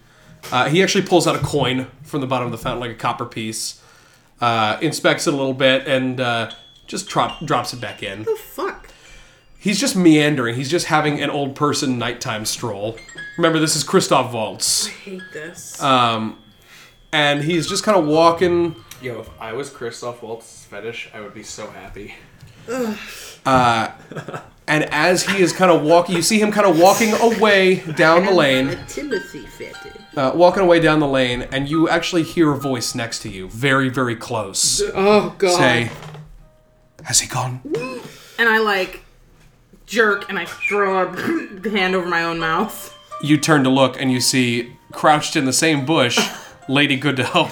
Speaker 2: uh, he actually pulls out a coin from the bottom of the fountain, like a copper piece. Uh, inspects it a little bit and uh, just trop- drops it back in.
Speaker 4: Fuck.
Speaker 2: He's just meandering. He's just having an old person nighttime stroll. Remember, this is Christoph Waltz,
Speaker 4: I hate this.
Speaker 2: Uh, and he's just kind of walking.
Speaker 9: Yo, if I was Christoph Waltz's fetish, I would be so happy.
Speaker 2: Uh, And as he is kind of walking, you see him kind of walking away down the lane,
Speaker 4: Timothy fitted.
Speaker 2: uh, walking away down the lane, and you actually hear a voice next to you, very, very close,
Speaker 4: Oh god.
Speaker 2: say, "Has he gone?"
Speaker 4: And I like jerk and I throw a hand over my own mouth.
Speaker 2: You turn to look, and you see crouched in the same bush, Lady Good to Help.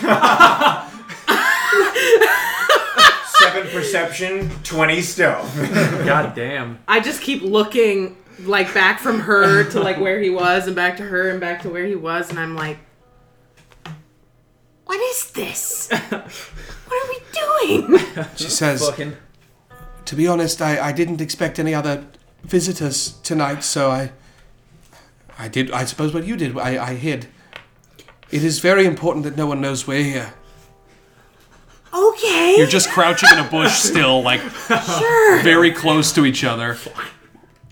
Speaker 7: Seven perception, twenty stealth.
Speaker 5: God damn.
Speaker 4: I just keep looking like back from her to like where he was and back to her and back to where he was and I'm like what is this? What are we doing?
Speaker 2: She says,
Speaker 9: Fucking.
Speaker 2: "To be honest, I, I didn't expect any other visitors tonight, so I, I did. I suppose what you did, I, I hid. It is very important that no one knows we're here."
Speaker 4: Okay.
Speaker 2: You're just crouching in a bush still, like very close to each other.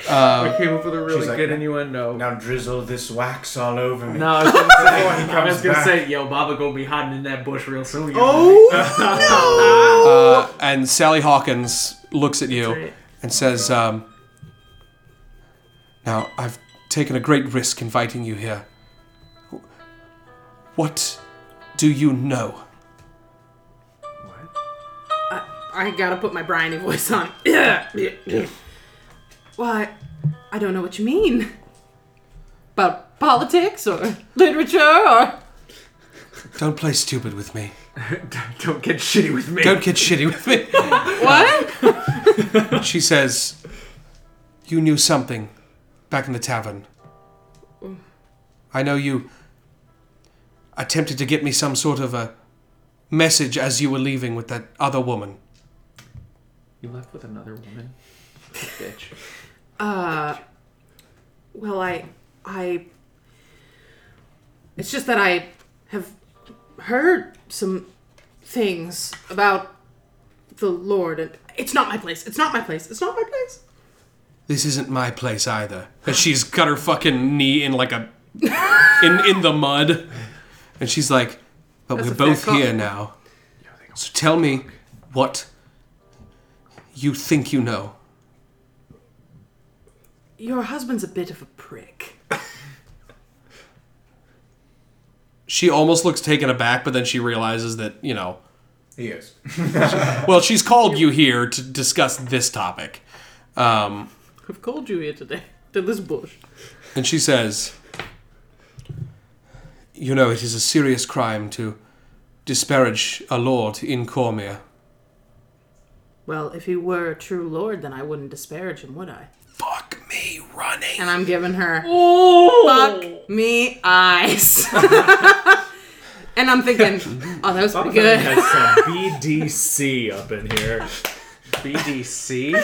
Speaker 9: I came up with a really
Speaker 7: She's like,
Speaker 9: good innuendo.
Speaker 7: now drizzle this wax all over me.
Speaker 5: No, I was gonna say,
Speaker 7: Before he
Speaker 5: I
Speaker 7: comes
Speaker 5: was gonna
Speaker 7: back.
Speaker 5: say, yo, Baba gonna be hiding in that bush real soon.
Speaker 9: Oh.
Speaker 2: Uh, and Sally Hawkins looks at you
Speaker 4: right.
Speaker 2: and says, um, Now, I've taken a great risk inviting you here. What do you know?
Speaker 4: I gotta put my Bryony voice on. Why? I don't know what you mean. About politics or literature or.
Speaker 2: Don't play stupid with me.
Speaker 5: Don't get shitty with me.
Speaker 2: Don't get shitty with me.
Speaker 4: What?
Speaker 2: She says, You knew something back in the tavern. I know you attempted to get me some sort of a message as you were leaving with that other woman.
Speaker 5: You left with another woman? Bitch.
Speaker 4: Well, I. I. It's just that I have heard some things about the Lord, and it's not my place. It's not my place. It's not my place.
Speaker 2: This isn't my place either. And she's got her fucking knee in like a in in the mud. And she's like, But
Speaker 4: That's
Speaker 2: we're
Speaker 4: a fair
Speaker 2: both
Speaker 4: call.
Speaker 2: here now. So tell me what you think you know.
Speaker 4: Your husband's a bit of a prick.
Speaker 2: She almost looks taken aback, but then she realizes that, you know,
Speaker 7: He is.
Speaker 2: well, she's called you here to discuss this topic. Um,
Speaker 4: I've called you here today to this bush.
Speaker 2: And she says, You know, it is a serious crime to disparage a lord in Cormia.
Speaker 4: Well, if he were a true lord, then I wouldn't disparage him, would I?
Speaker 2: Fuck me running.
Speaker 4: And I'm giving her fuck me eyes. and I'm thinking, oh, that was pretty good.
Speaker 5: That's some BDC up in here.
Speaker 9: BDC?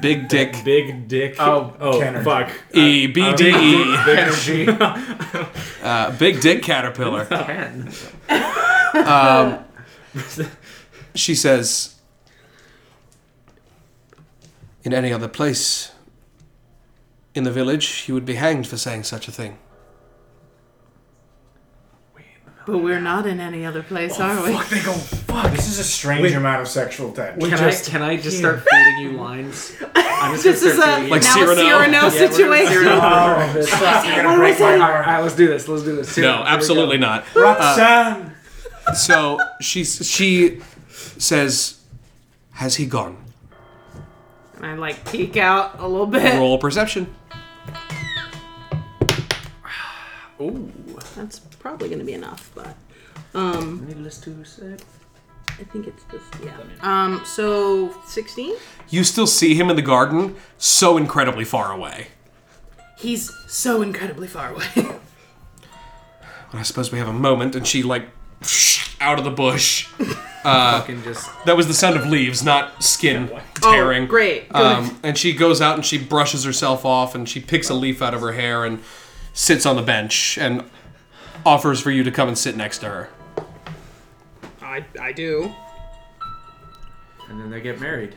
Speaker 2: Big dick.
Speaker 5: Big dick.
Speaker 9: Oh,
Speaker 5: oh
Speaker 7: Kenner.
Speaker 5: fuck.
Speaker 2: E B D E.
Speaker 7: Energy.
Speaker 2: Uh, Big dick caterpillar.
Speaker 9: Ken.
Speaker 2: She says, In any other place in the village, you would be hanged for saying such a thing.
Speaker 4: But we're not in any other place, are we?
Speaker 7: They go, fuck, this is a strange amount of sexual tension.
Speaker 5: Can
Speaker 9: just-
Speaker 5: I can I just start feeding you lines? I'm just
Speaker 4: This
Speaker 5: gonna
Speaker 4: is
Speaker 5: start
Speaker 4: a
Speaker 5: feeding you-
Speaker 2: Like
Speaker 4: now
Speaker 2: Cyrano.
Speaker 4: a Cyrano
Speaker 5: Yeah, we're gonna
Speaker 4: situation.
Speaker 5: Cyrano for breakfast.
Speaker 7: You're Oh, gonna break my
Speaker 5: All
Speaker 7: heart.
Speaker 5: right, all right, let's do this. Let's do this.
Speaker 2: No, absolutely not.
Speaker 7: Roxanne!
Speaker 2: So she she says, "Has he gone?"
Speaker 4: and I like peek out a little bit.
Speaker 2: Roll perception.
Speaker 4: That's probably gonna be enough, but um,
Speaker 5: Needless to say,
Speaker 4: I think it's just yeah. Um, so sixteen.
Speaker 2: You still see him in the garden, so incredibly far away.
Speaker 4: He's so incredibly far away. Oh,
Speaker 2: Well, I suppose we have a moment, and she like out of the bush.
Speaker 5: fucking just
Speaker 2: That was the sound of leaves, not skin tearing.
Speaker 4: Oh, great. Good.
Speaker 2: Um, and she goes out and she brushes herself off, and she picks a leaf out of her hair and sits on the bench and offers for you to come and sit next to her.
Speaker 4: I I do.
Speaker 5: and then they get married.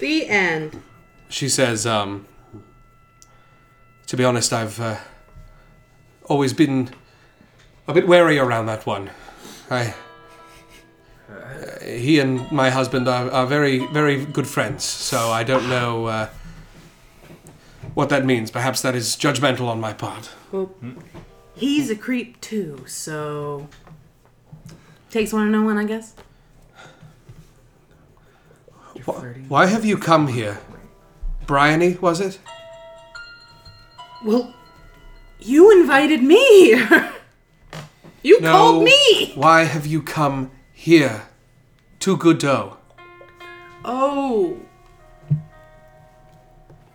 Speaker 4: The end.
Speaker 2: she says, um, to be honest, I've uh, always been a bit wary around that one. I, uh, he and my husband are, are very, very good friends, so I don't know uh, what that means. Perhaps that is judgmental on my part.
Speaker 4: Well, he's a creep too, so takes one to know one, I guess.
Speaker 2: Why have you come here? Bryony, was it?
Speaker 4: Well, you invited me here. You called me.
Speaker 2: Why have you come here to Godot?
Speaker 4: Oh.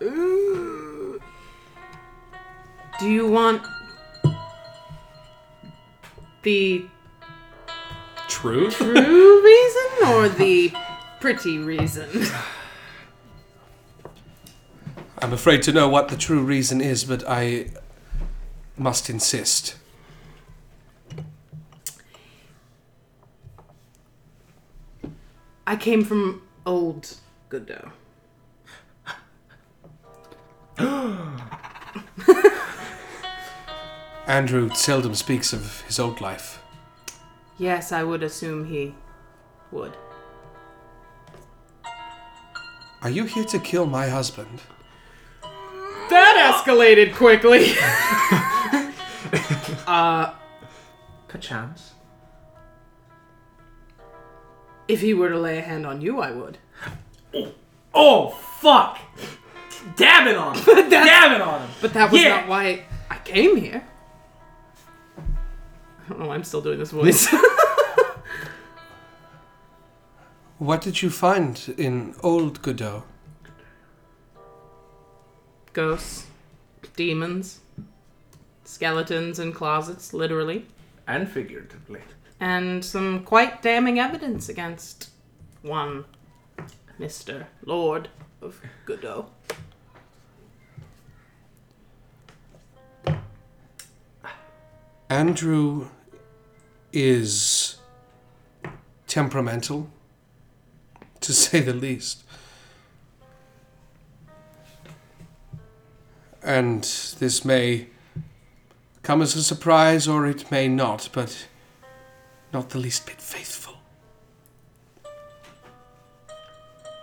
Speaker 4: Ooh. Do you want the
Speaker 2: True.
Speaker 4: true reason or the pretty reason?
Speaker 2: I'm afraid to know what the true reason is, but I must insist.
Speaker 4: I came from old Godot.
Speaker 2: Andrew seldom speaks of his old life.
Speaker 4: Yes, I would assume he would.
Speaker 2: Are you here to kill my husband?
Speaker 4: That escalated quickly. Uh,
Speaker 5: Perchance.
Speaker 4: if he were to lay a hand on you, I would.
Speaker 5: Oh fuck! Dab it on him! Dab it on him!
Speaker 4: But that was
Speaker 5: Yeah.
Speaker 4: not why I came here. I don't know why I'm still doing this voice.
Speaker 2: What did you find in old Godot?
Speaker 4: Ghosts, demons, skeletons in closets, literally,
Speaker 5: And figuratively.
Speaker 4: and some quite damning evidence against one Mr. Lord of Godot.
Speaker 2: Andrew is temperamental, to say the least. And this may come as a surprise or it may not, but not the least bit faithful.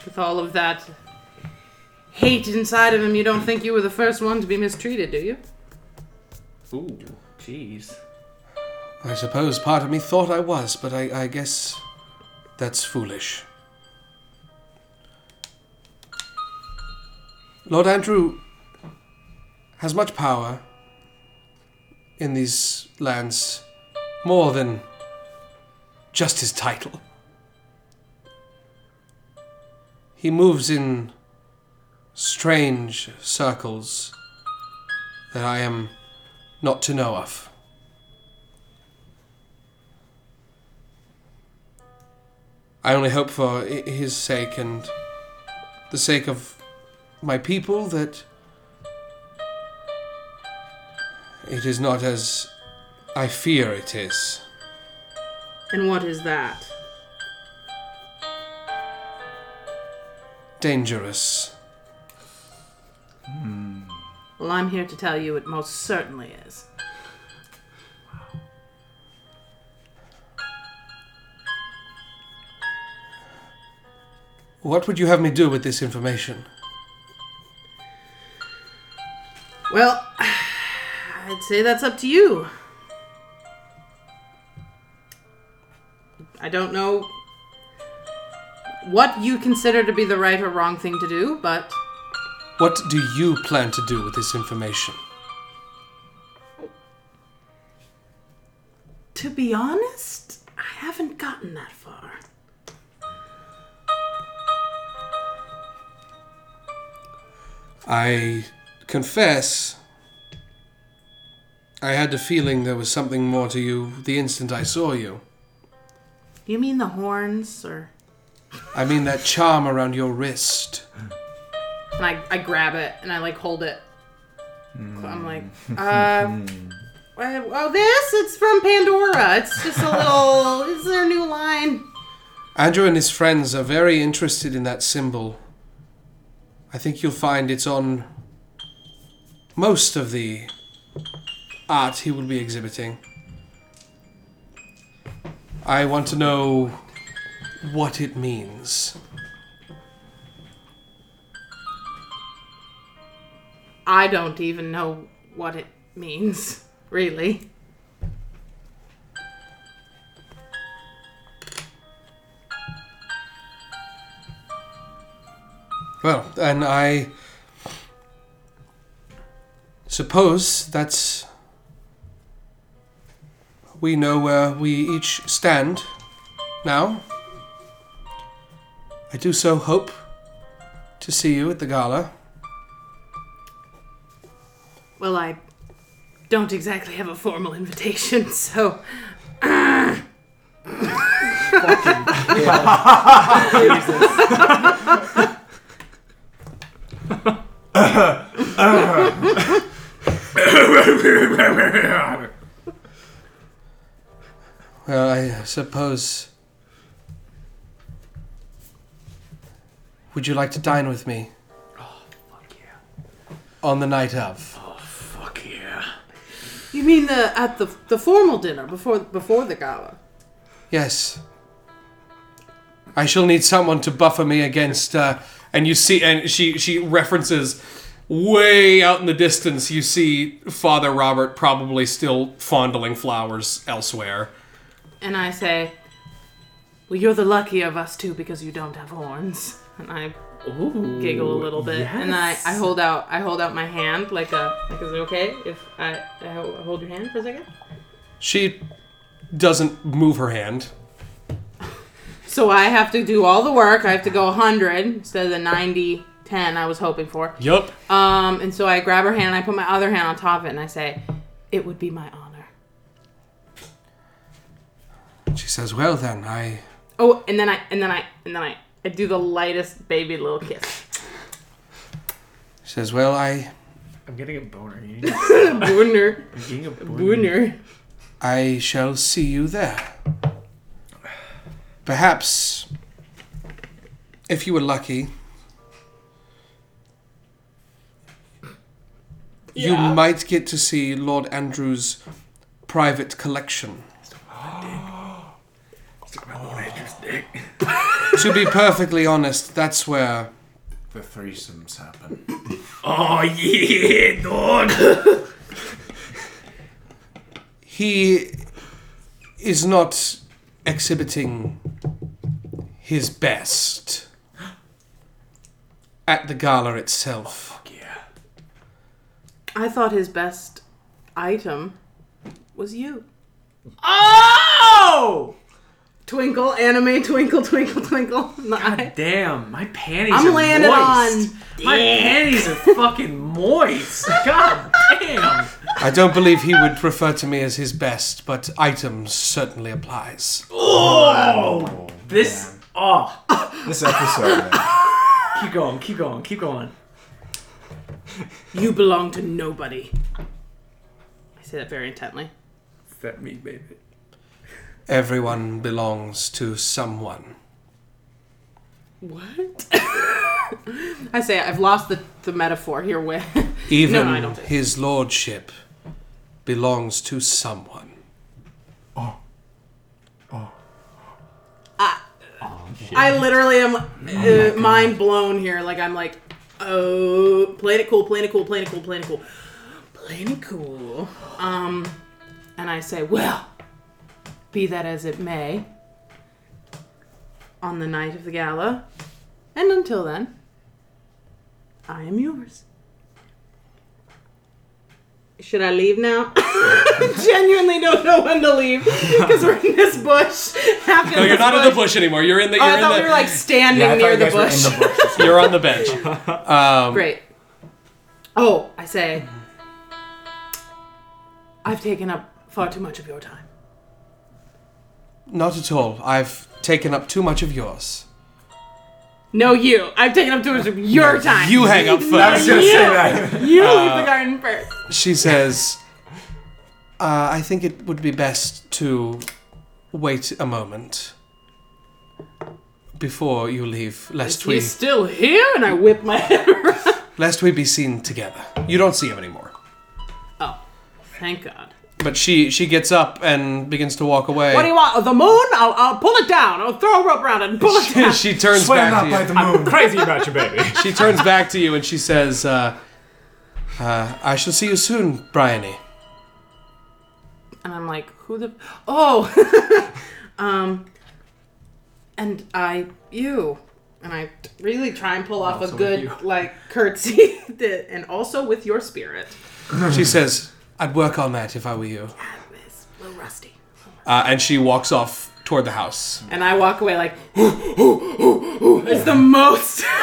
Speaker 4: With all of that hate inside of him, you don't think you were the first one to be mistreated, do you?
Speaker 5: Ooh, jeez.
Speaker 2: I suppose part of me thought I was, but I, I guess that's foolish. Lord Andrew has much power in these lands, more than just his title. He moves in strange circles that I am not to know of. I only hope for i- his sake and the sake of my people that it is not as I fear it is.
Speaker 4: And what is that?
Speaker 2: Dangerous.
Speaker 4: Well, I'm here to tell you it most certainly is.
Speaker 2: What would you have me do with this information?
Speaker 4: Well, I'd say that's up to you. I don't know what you consider to be the right or wrong thing to do, but
Speaker 2: What do you plan to do with this information?
Speaker 4: to be honest, I haven't gotten that far.
Speaker 2: I confess, I had the feeling there was something more to you the instant I saw you.
Speaker 4: You mean the horns, or?
Speaker 2: I mean that charm around your wrist.
Speaker 4: And I, I grab it and I like hold it. I'm like, uh, uh, oh, this? It's from Pandora. It's just a little, it's their new line.
Speaker 2: Andrew and his friends are very interested in that symbol. I think you'll find it's on most of the art he will be exhibiting. I want to know what it means.
Speaker 4: I don't even know what it means, really.
Speaker 2: Well, and I suppose that's we know where we each stand now. I do so hope to see you at the gala.
Speaker 4: Well, I don't exactly have a formal invitation, so
Speaker 2: Well, I suppose. Would you like to dine with me? Oh, fuck yeah. On the night of.
Speaker 4: you mean the at the the formal dinner before before the gala?
Speaker 2: Yes. I shall need someone to buffer me against. Uh,
Speaker 10: and you see and she she references way out in the distance you see father robert probably still fondling flowers elsewhere
Speaker 4: And I say, "Well, you're the lucky of us two because you don't have horns." And I giggle a little bit, and I, I hold out I hold out my hand like a like is it okay if I, I ho- hold your hand for a second?
Speaker 10: she doesn't move her hand
Speaker 4: So I have to do all the work. I have to go 100 instead of the 90 10 I was hoping for.
Speaker 10: yep
Speaker 4: Um, and so I grab her hand and I put my other hand on top of it and I say, "It would be my honor."
Speaker 2: she says, Well then, I.
Speaker 4: Oh, and then I and then I and then I I do the lightest baby little kiss.
Speaker 2: She says, Well, I.
Speaker 9: I'm getting a boner. You need-
Speaker 4: Booner,
Speaker 9: I'm getting a boner.
Speaker 4: booner.
Speaker 2: I shall see you there. Perhaps, if you were lucky, you might get to see Lord Andrew's private collection. to be perfectly honest, that's where
Speaker 7: The threesomes happen.
Speaker 2: he is not exhibiting his best at the gala itself.
Speaker 4: I thought his best item was you.
Speaker 5: Oh!
Speaker 4: Twinkle, anime, twinkle, twinkle, twinkle. No, I-
Speaker 5: Damn, my panties
Speaker 4: I'm
Speaker 5: are
Speaker 4: landing
Speaker 5: moist.
Speaker 4: on
Speaker 5: My panties are fucking moist. God damn.
Speaker 2: I don't believe he would refer to me as his best, but items certainly applies.
Speaker 5: This. Oh,
Speaker 7: This episode. man.
Speaker 5: keep going, keep going, keep going.
Speaker 4: You belong to nobody. I say that very intently.
Speaker 11: It's that me, baby.
Speaker 2: Everyone belongs to someone.
Speaker 4: What? I say I've lost the, the metaphor here with.
Speaker 2: Even
Speaker 4: No, no, I don't think-
Speaker 2: his lordship belongs to someone.
Speaker 4: I literally
Speaker 12: Oh
Speaker 4: am uh, mind blown here. Like I'm like, oh, playing it cool, playing it cool, playing it cool, playing it cool, playing it cool. Um, and I say, well, be that as it may. On the night of the gala, and until then, I am yours. Should I leave now? Genuinely don't know when to leave because we're in this bush. Half
Speaker 12: No, you're not in the bush anymore. You're in the. You're,
Speaker 4: Oh, I
Speaker 12: in
Speaker 4: thought
Speaker 12: the
Speaker 4: we were like standing
Speaker 7: I thought
Speaker 4: near
Speaker 7: you
Speaker 4: the
Speaker 7: guys were in
Speaker 4: bush.
Speaker 7: the bush.
Speaker 12: you're on the bench.
Speaker 4: Great. Oh, I say, I've taken up far too much of your time.
Speaker 2: Not at all. I've taken up too much of yours.
Speaker 4: No, you. I've taken up too much of your time.
Speaker 2: You hang up first.
Speaker 7: I was gonna say that.
Speaker 4: You leave the garden first.
Speaker 2: She says, uh, I think it would be best to wait a moment before you leave, lest we,
Speaker 4: He's still here, and I whip my head around.
Speaker 2: lest we be seen together. You don't see him anymore.
Speaker 4: Oh, thank God.
Speaker 2: But she, she gets up and begins to walk away.
Speaker 4: What do you want? The moon? I'll, I'll pull it down. I'll throw a rope around it and pull it down.
Speaker 2: she turns
Speaker 7: Swear
Speaker 2: back
Speaker 7: not by
Speaker 2: to
Speaker 7: the moon.
Speaker 11: Crazy about you, baby.
Speaker 2: you. She turns back to you and she says, uh, uh, I shall see you soon, Bryony.
Speaker 4: And I'm like, who the? Oh, um, and I you, and I t- really try and pull off a good like curtsy, that, and also with your spirit.
Speaker 2: She says, I'd work on that if I were you.
Speaker 4: It's a little rusty.
Speaker 2: Uh, and she walks off toward the house.
Speaker 4: And I walk away like, it's the most.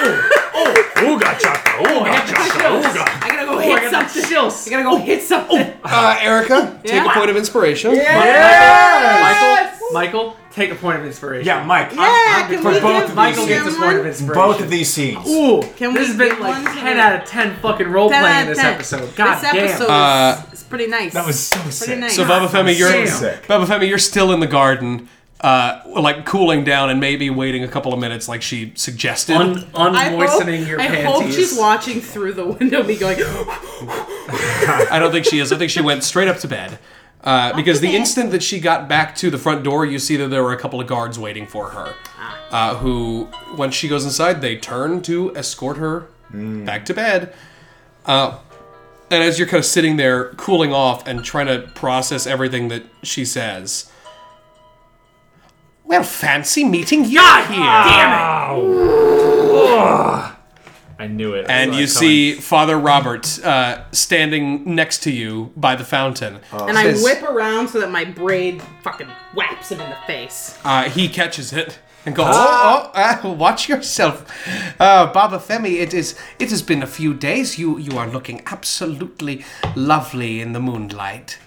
Speaker 5: Oh,
Speaker 11: Ooga chaka, ooga chaka, ooga.
Speaker 4: I
Speaker 5: Oh
Speaker 4: gotta go hit something. I gotta go hit something.
Speaker 2: Uh, Erica, take
Speaker 4: Yeah.
Speaker 2: a point of inspiration.
Speaker 5: Michael, Michael, take a point of inspiration.
Speaker 7: Yeah, Mike.
Speaker 4: Yeah, can we
Speaker 7: for both
Speaker 4: give
Speaker 7: of
Speaker 5: Michael
Speaker 7: these
Speaker 5: gets a
Speaker 7: scenes.
Speaker 5: point of inspiration.
Speaker 7: Both of these scenes.
Speaker 5: Ooh,
Speaker 4: Can
Speaker 5: this
Speaker 4: we
Speaker 5: has been
Speaker 4: get
Speaker 5: like
Speaker 4: one
Speaker 5: 10
Speaker 4: to-
Speaker 5: out of 10 fucking role
Speaker 4: Ten
Speaker 5: playing
Speaker 4: out
Speaker 5: in
Speaker 4: of
Speaker 5: this
Speaker 4: ten.
Speaker 5: episode. God
Speaker 4: this episode
Speaker 5: damn.
Speaker 2: Uh,
Speaker 4: is, is pretty nice.
Speaker 7: That was so sick.
Speaker 4: pretty nice.
Speaker 2: So Baba Femi, you're
Speaker 5: Sam.
Speaker 7: Sick.
Speaker 2: Baba Femi, you're still in the garden, uh, like cooling down and maybe waiting a couple of minutes, like she suggested.
Speaker 5: Un-
Speaker 4: I
Speaker 5: unmoistening
Speaker 4: hope,
Speaker 5: your
Speaker 4: I
Speaker 5: panties.
Speaker 4: hope she's watching through the window, me going.
Speaker 2: I don't think she is. I think she went straight up to bed. Uh, because the
Speaker 4: bed.
Speaker 2: instant that she got back to the front door, you see that there were a couple of guards waiting for her, uh, who, when she goes inside, they turn to escort her back to bed. Uh, and as you're kind of sitting there, cooling off and trying to process everything that she says, well, fancy meeting you here.
Speaker 11: I knew it. I
Speaker 2: And
Speaker 11: saw
Speaker 2: you
Speaker 11: it
Speaker 2: see Father Robert uh, standing next to you by the fountain.
Speaker 4: And I
Speaker 2: Says-
Speaker 4: whip around so that my braid fucking whaps him in the face.
Speaker 2: Uh, he catches it and goes, "Oh, oh, uh, watch yourself, uh, Baba Femi. It is. It has been a few days. You you are looking absolutely lovely in the moonlight."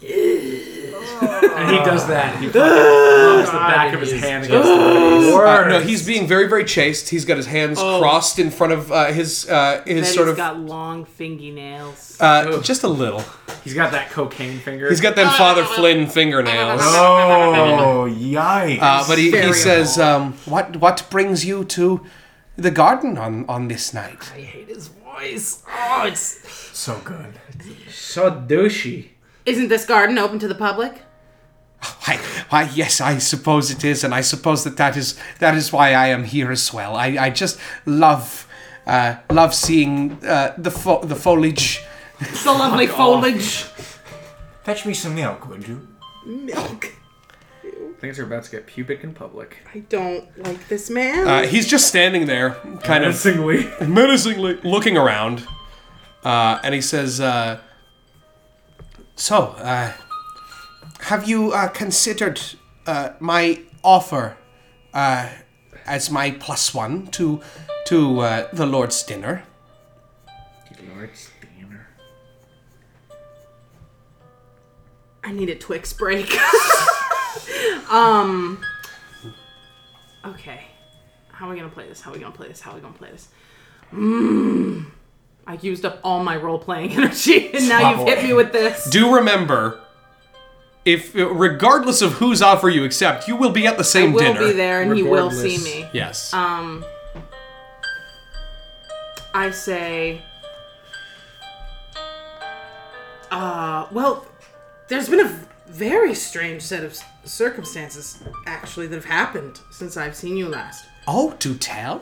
Speaker 5: And he does that. He fucking rubs the back of his hand against the face.
Speaker 2: Uh, no, he's being very very chaste. He's got his hands crossed in front of uh, his uh, his
Speaker 4: Betty's
Speaker 2: sort of
Speaker 4: got long fingernails.
Speaker 2: uh, just a little.
Speaker 5: He's got that cocaine finger.
Speaker 2: He's got them Father Flynn fingernails.
Speaker 7: Oh, yikes.
Speaker 2: Uh, but he, he says, um, "What what brings you to the garden on on this night?"
Speaker 5: I hate his voice. Oh, it's
Speaker 7: so good.
Speaker 5: so douchey.
Speaker 4: Isn't this garden open to the public?
Speaker 2: Why, why, yes, I suppose it is, and I suppose that that is that is why I am here as well. I, I just love uh, love seeing uh, the fo- the foliage.
Speaker 4: It's the lovely foliage.
Speaker 7: Fetch me some milk, would you?
Speaker 4: Milk.
Speaker 5: Things are about to get pubic in public.
Speaker 4: I don't like this man.
Speaker 2: Uh, he's just standing there, kind of
Speaker 5: Menacingly.
Speaker 2: menacingly looking around, uh, and he says, uh,
Speaker 13: So, uh, have you uh, considered uh, my offer uh, as my plus one to to uh, the Lord's dinner?
Speaker 5: Lord Steiner.
Speaker 4: I need a Twix break. um. Okay. How are we gonna play this? How are we gonna play this? How are we gonna play this? Mmm. I used up all my role playing energy, and now you've hit me with this.
Speaker 2: "Do remember, if regardless of whose offer you accept, you will be at the
Speaker 4: I
Speaker 2: same
Speaker 4: will
Speaker 2: dinner."
Speaker 4: be there, Um, and he will
Speaker 5: regardless.
Speaker 4: see me.
Speaker 2: Yes.
Speaker 4: I say, uh, well, there's been a very strange set of s- circumstances, actually, that have happened since I've seen you last.
Speaker 2: oh, to tell?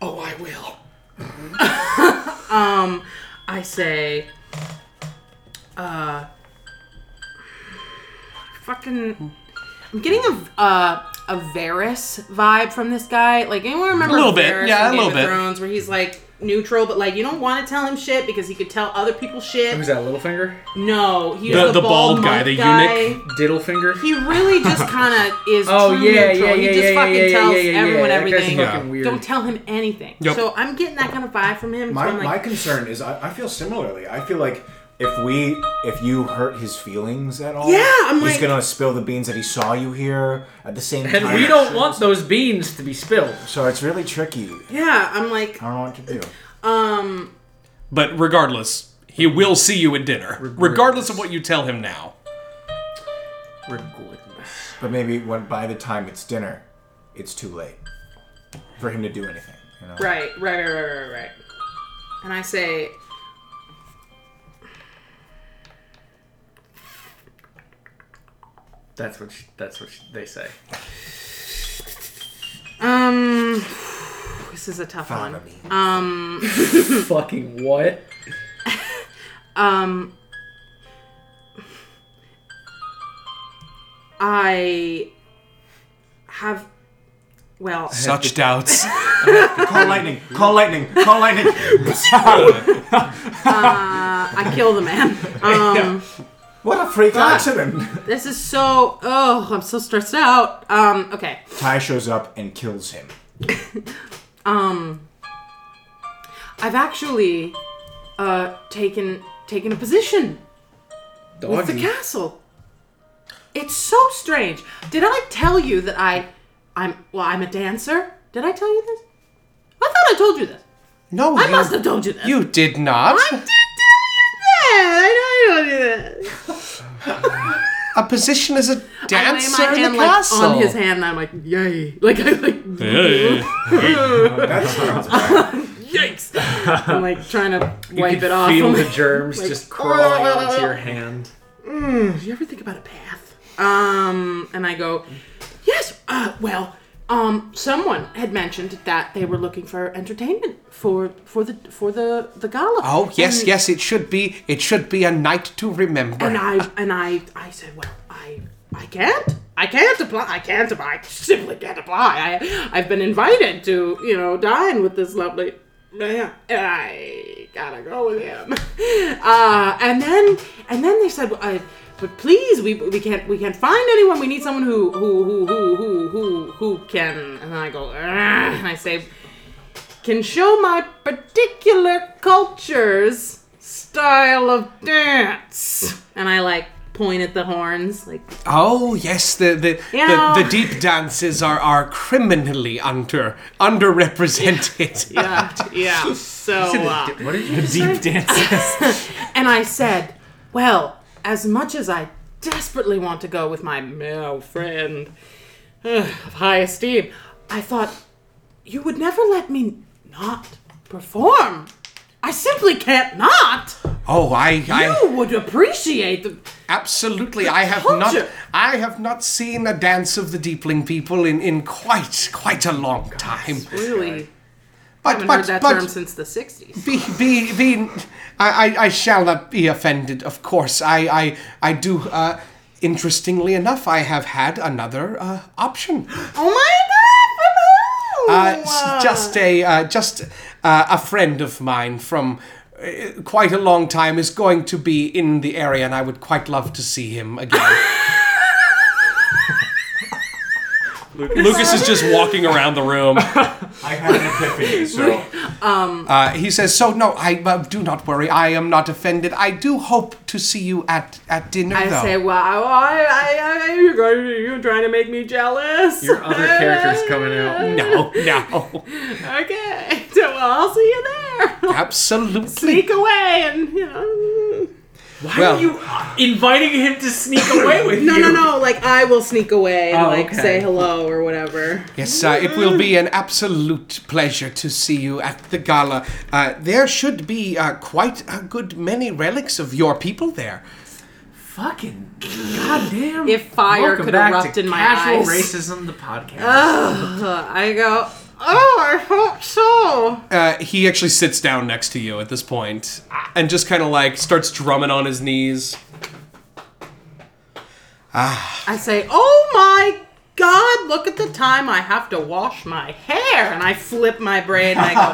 Speaker 4: Oh, I will. um, I say, uh, fucking, I'm getting a uh, a Varys vibe from this guy. Like, anyone remember
Speaker 2: A little bit,
Speaker 4: Varys
Speaker 2: yeah,
Speaker 4: from
Speaker 2: a
Speaker 4: Game
Speaker 2: little
Speaker 4: of
Speaker 2: bit.
Speaker 4: Thrones, where he's like neutral, but like you don't want to tell him shit because he could tell other people shit.
Speaker 5: Who's that, Littlefinger?
Speaker 4: No, he's
Speaker 2: The-
Speaker 4: the,
Speaker 2: the
Speaker 4: bald,
Speaker 2: bald guy,
Speaker 4: monk
Speaker 2: the
Speaker 4: guy.
Speaker 2: eunuch?
Speaker 5: Diddlefinger?
Speaker 4: He really just kind of is
Speaker 5: Oh,
Speaker 4: true
Speaker 5: yeah,
Speaker 4: neutral.
Speaker 5: yeah,
Speaker 4: he
Speaker 5: yeah,
Speaker 4: just
Speaker 5: yeah,
Speaker 4: fucking
Speaker 5: yeah, yeah,
Speaker 4: tells
Speaker 5: yeah, yeah,
Speaker 4: everyone
Speaker 5: yeah. That guy's
Speaker 4: everything.
Speaker 5: fucking weird.
Speaker 4: Don't tell him anything.
Speaker 2: Yep.
Speaker 4: So I'm getting that kind of vibe from him. so
Speaker 7: My,
Speaker 4: I'm like,
Speaker 7: my concern is I, I feel similarly. I feel like if we if you hurt his feelings at all,
Speaker 4: Yeah, I'm
Speaker 7: he's
Speaker 4: like-
Speaker 7: gonna spill the beans that he saw you here at the same time.
Speaker 5: And we don't want those beans to be spilled.
Speaker 7: So it's really tricky. I
Speaker 4: yeah, I'm like,
Speaker 7: don't know what to do.
Speaker 4: um,
Speaker 2: But regardless, he will see you at dinner, regardless of what you tell him now.
Speaker 5: Regardless.
Speaker 7: But maybe when by the time it's dinner, it's too late for him to do anything. You know?
Speaker 4: right, right, right, right, right, right. And I say,
Speaker 5: That's what she, that's what she, they say.
Speaker 4: um, this is a tough
Speaker 7: Follow
Speaker 4: one.
Speaker 7: me.
Speaker 4: Um,
Speaker 5: Fucking what?
Speaker 4: um, I have, well,
Speaker 2: Such doubts.
Speaker 4: Um,
Speaker 7: Call lightning! Call lightning! Call lightning!
Speaker 4: I kill the man. Um.
Speaker 7: what a freak accident!
Speaker 4: This is so. Oh, I'm so stressed out. Um, okay.
Speaker 7: Ty shows up and kills him.
Speaker 4: I've actually uh taken taken a position with the
Speaker 5: Doggy.
Speaker 4: castle. It's so strange. Did I tell you that I I'm well, I'm a dancer? Did I tell you this? I thought I told you this.
Speaker 2: no,
Speaker 4: I
Speaker 2: you,
Speaker 4: must have told you this.
Speaker 2: you did not.
Speaker 4: I did tell you that. I know I told you that.
Speaker 2: A position as a
Speaker 4: I lay
Speaker 2: dancer
Speaker 4: my
Speaker 2: in
Speaker 4: hand
Speaker 2: the
Speaker 4: like
Speaker 2: castle.
Speaker 4: on his hand and I'm like, yay. Like I like
Speaker 7: That's sounds
Speaker 4: yikes. I'm like trying to
Speaker 5: You
Speaker 4: wipe
Speaker 5: could
Speaker 4: it off.
Speaker 5: Feel
Speaker 4: I'm
Speaker 5: the
Speaker 4: like-
Speaker 5: germs just crawling onto your hand.
Speaker 4: Do you ever think about a bath? Um, and I go, yes. Uh, well, um, someone had mentioned that they were looking for entertainment for for the for the the gala.
Speaker 2: Oh yes,
Speaker 4: And-
Speaker 2: yes. It should be. It should be a night to remember.
Speaker 4: And I and I I said, well, I I can't. I can't apply. I can't apply. I simply can't apply. I I've been invited to you know dine with this lovely man, and I gotta go with him. Uh, and then and then they said, well, I, but please, we, we can't we can't find anyone. We need someone who who who who who who, who can. And I go, "Ugh," and I say, can show my particular culture's style of dance. And I like point at the horns, like
Speaker 2: oh yes, the the,
Speaker 4: You
Speaker 2: the,
Speaker 4: know-
Speaker 2: the deep dances are are criminally under underrepresented.
Speaker 4: yeah, yeah. So, uh,
Speaker 5: What did you
Speaker 14: Deep dances.
Speaker 4: and I said, well, as much as I desperately want to go with my male friend ugh, of high esteem, I thought you would never let me not perform. I simply can't not.
Speaker 2: Oh, I I
Speaker 4: You would appreciate the.
Speaker 2: absolutely. I have not.
Speaker 4: Culture.
Speaker 2: I have not seen a dance of the Deepling people in in quite quite a long time.
Speaker 4: Really,
Speaker 2: But
Speaker 4: haven't
Speaker 2: but
Speaker 4: heard that
Speaker 2: but
Speaker 4: term since the '60s.
Speaker 2: be be be I, I I shall not be offended of course I I I do uh interestingly enough, I have had another uh, option.
Speaker 4: Oh my
Speaker 2: Uh,
Speaker 4: god!
Speaker 15: Oh,
Speaker 4: woohoo!
Speaker 2: s- just a uh, just uh, a friend of mine from uh, quite a long time is going to be in the area, and I would quite love to see him again.
Speaker 1: Lucas is just walking around the room.
Speaker 7: I had an epiphany, so
Speaker 2: Uh, he says, "So no, I uh, do not worry. I am not offended. I do hope to see you at at dinner,
Speaker 15: I
Speaker 2: though."
Speaker 15: say, well, I, I, I, you're, going, you're trying to make me jealous.
Speaker 16: Your other character's coming out.
Speaker 2: no, no,
Speaker 15: Okay. So, well, I'll see you there.
Speaker 2: absolutely.
Speaker 15: Sneak away and, you know.
Speaker 5: Why
Speaker 2: Well-
Speaker 5: are you inviting him to sneak away with
Speaker 4: No,
Speaker 5: you?
Speaker 4: no, no. Like I will sneak away and
Speaker 5: Oh,
Speaker 4: like
Speaker 5: okay.
Speaker 4: say hello or whatever.
Speaker 2: Yes, uh, it will be an absolute pleasure to see you at the gala. Uh, there should be uh, quite a good many relics of your people there.
Speaker 5: Fucking goddamn.
Speaker 4: If fire
Speaker 5: Welcome
Speaker 4: could
Speaker 5: back
Speaker 4: erupt
Speaker 5: to
Speaker 4: in my
Speaker 5: Casual
Speaker 4: eyes.
Speaker 5: Racism, the podcast.
Speaker 4: Ugh, I go. Oh, I hope so.
Speaker 1: Uh, he actually sits down next to you at this point and just kind of like starts drumming on his knees.
Speaker 4: I say, oh my god, look at the time I have to wash my hair, and I flip my braid and I go,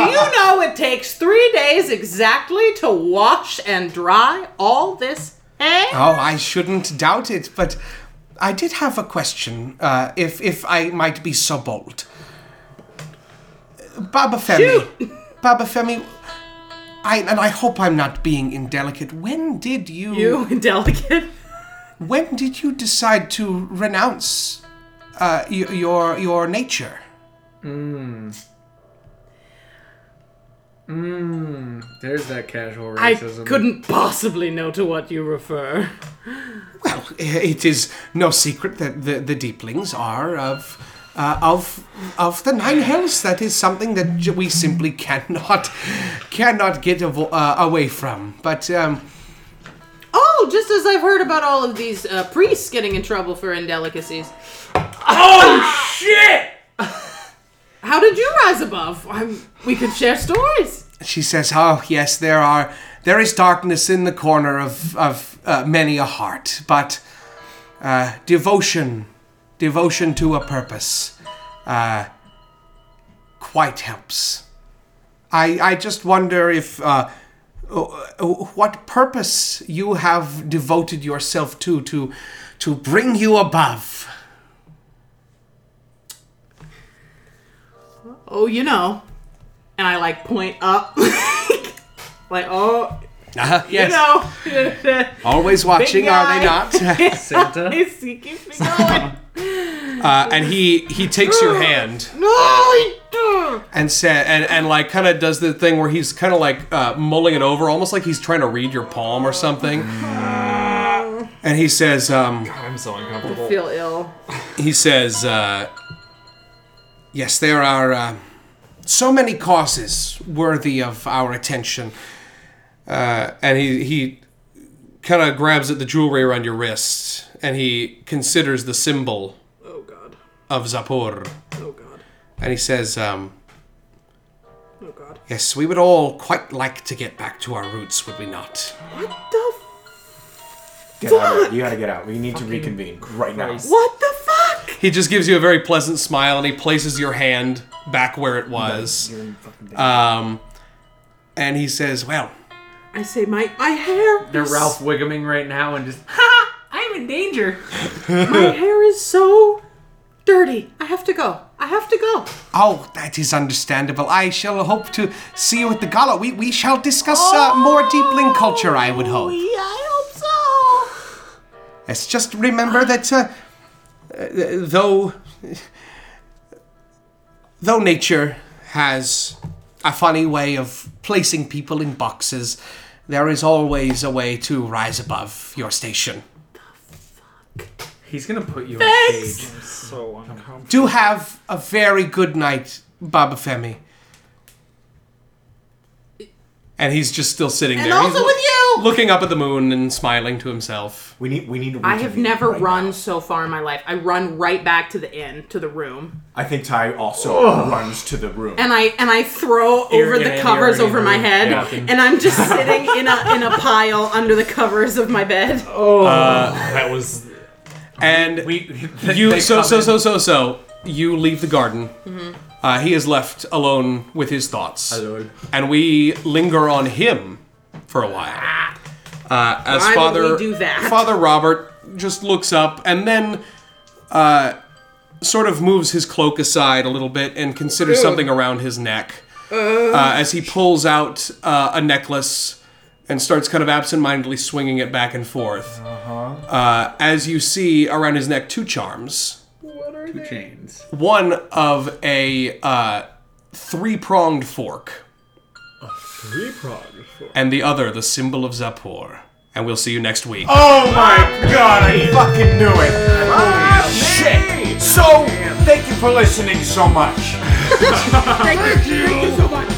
Speaker 4: do you know it takes three days exactly to wash and dry all this hair?
Speaker 2: Oh, I shouldn't doubt it, but I did have a question. Uh, if if I might be so bold, Baba Femi, Baba Femi, I and I hope I'm not being indelicate. When did
Speaker 4: You delicate.
Speaker 2: when did you decide to renounce uh, y- your your nature?
Speaker 16: There's that casual
Speaker 4: I
Speaker 16: racism.
Speaker 4: couldn't possibly know to what you refer.
Speaker 2: Well, i- it is no secret that the, the deeplings are of. Uh, of of the nine hells, that is something that j- we simply cannot cannot get avo- uh, away from. But um,
Speaker 4: Oh, just as I've heard about all of these uh, priests getting in trouble for indelicacies.
Speaker 5: Oh, Shit!
Speaker 4: How did you rise above? I'm, we could share stories.
Speaker 2: she says, "Oh yes, there are there is darkness in the corner of of uh, many a heart, but uh, devotion, devotion to a purpose, uh, quite helps." I I just wonder if. Uh, what purpose you have devoted yourself to to to bring you above
Speaker 4: Oh, you know. And I like point up. like, oh,
Speaker 1: Uh-huh.
Speaker 2: uh,
Speaker 4: you
Speaker 2: yes
Speaker 4: know.
Speaker 2: always watching
Speaker 4: Big
Speaker 2: are they
Speaker 4: guy.
Speaker 2: not
Speaker 16: Santa.
Speaker 4: It's- he keeps me going.
Speaker 1: Uh, and he he takes your hand
Speaker 4: no, he do.
Speaker 1: and sa- and and like kind of does the thing where he's kind of like uh, mulling it over, almost like he's trying to read your palm or something. And he says, um,
Speaker 16: I'm so uncomfortable.
Speaker 4: feel ill.
Speaker 1: he says, uh,
Speaker 2: Yes, there are uh, so many causes worthy of our attention.
Speaker 1: Uh, and he he kind of grabs at the jewelry around your wrist, and he considers the symbol
Speaker 4: Oh, God.
Speaker 1: of Zapor,
Speaker 4: Oh, God.
Speaker 1: and he says, um,
Speaker 4: Oh, God.
Speaker 2: Yes, we would all quite like to get back to our roots, would we not?
Speaker 4: What the,
Speaker 7: get out of here. You gotta get out. We need to reconvene right now.
Speaker 4: what the fuck?
Speaker 1: he just gives you a very pleasant smile, and he places your hand back where it was, um, and he says, well.
Speaker 4: I say, my, my hair. Ah,
Speaker 16: They're Ralph Wigguming right now and just
Speaker 5: Ha! I'm in danger.
Speaker 4: My hair is so dirty. I have to go. I have to go.
Speaker 2: Oh, that is understandable. I shall hope to see you at the gala. We, we shall discuss
Speaker 4: Oh,
Speaker 2: uh, more deepling culture, I would hope.
Speaker 4: I hope so.
Speaker 2: Yes, just remember that uh, uh, though though nature has a funny way of placing people in boxes, there is always a way to rise above your station.
Speaker 16: he's gonna put you in a cage. So uncomfortable.
Speaker 2: Do have a very good night, Baba Femi. and he's just still sitting
Speaker 4: And
Speaker 2: there. He's
Speaker 4: also with you!
Speaker 2: looking up at the moon and smiling to himself.
Speaker 7: We need. We need.
Speaker 4: I have never
Speaker 7: right
Speaker 4: run
Speaker 7: now.
Speaker 4: so far in my life. I run right back to the inn, to the room,
Speaker 7: I think Ty also runs to the room.
Speaker 4: and I and I throw over
Speaker 5: yeah,
Speaker 4: the
Speaker 5: you're
Speaker 4: covers
Speaker 5: already in
Speaker 4: over
Speaker 5: the
Speaker 4: my
Speaker 5: room.
Speaker 4: head,
Speaker 5: Yeah.
Speaker 4: and I'm just sitting in a in a pile under the covers of my bed.
Speaker 5: That was
Speaker 2: And
Speaker 5: we.
Speaker 2: you
Speaker 5: they
Speaker 2: so
Speaker 5: come
Speaker 2: so
Speaker 5: in.
Speaker 2: so
Speaker 5: Mm-hmm.
Speaker 2: so so you leave the garden. Uh, he is left alone with his thoughts, and we linger on him for a while. Uh, as
Speaker 4: Why would
Speaker 2: father
Speaker 4: we do that?
Speaker 2: father Robert just looks up and then uh, sort of moves his cloak aside a little bit and considers something around his neck uh, as he pulls out uh, a necklace and starts kind of absentmindedly swinging it back and forth.
Speaker 4: Uh-huh.
Speaker 2: Uh, as you see around his neck, two charms.
Speaker 5: Two chains.
Speaker 2: One of a uh, three pronged fork,
Speaker 17: Three prongs for-
Speaker 2: and the other the symbol of Zapor. And we'll see you next week.
Speaker 7: Oh my god, I fucking knew it. Ah, shit. So, thank you for listening so much.
Speaker 4: Thank you. Thank you so much.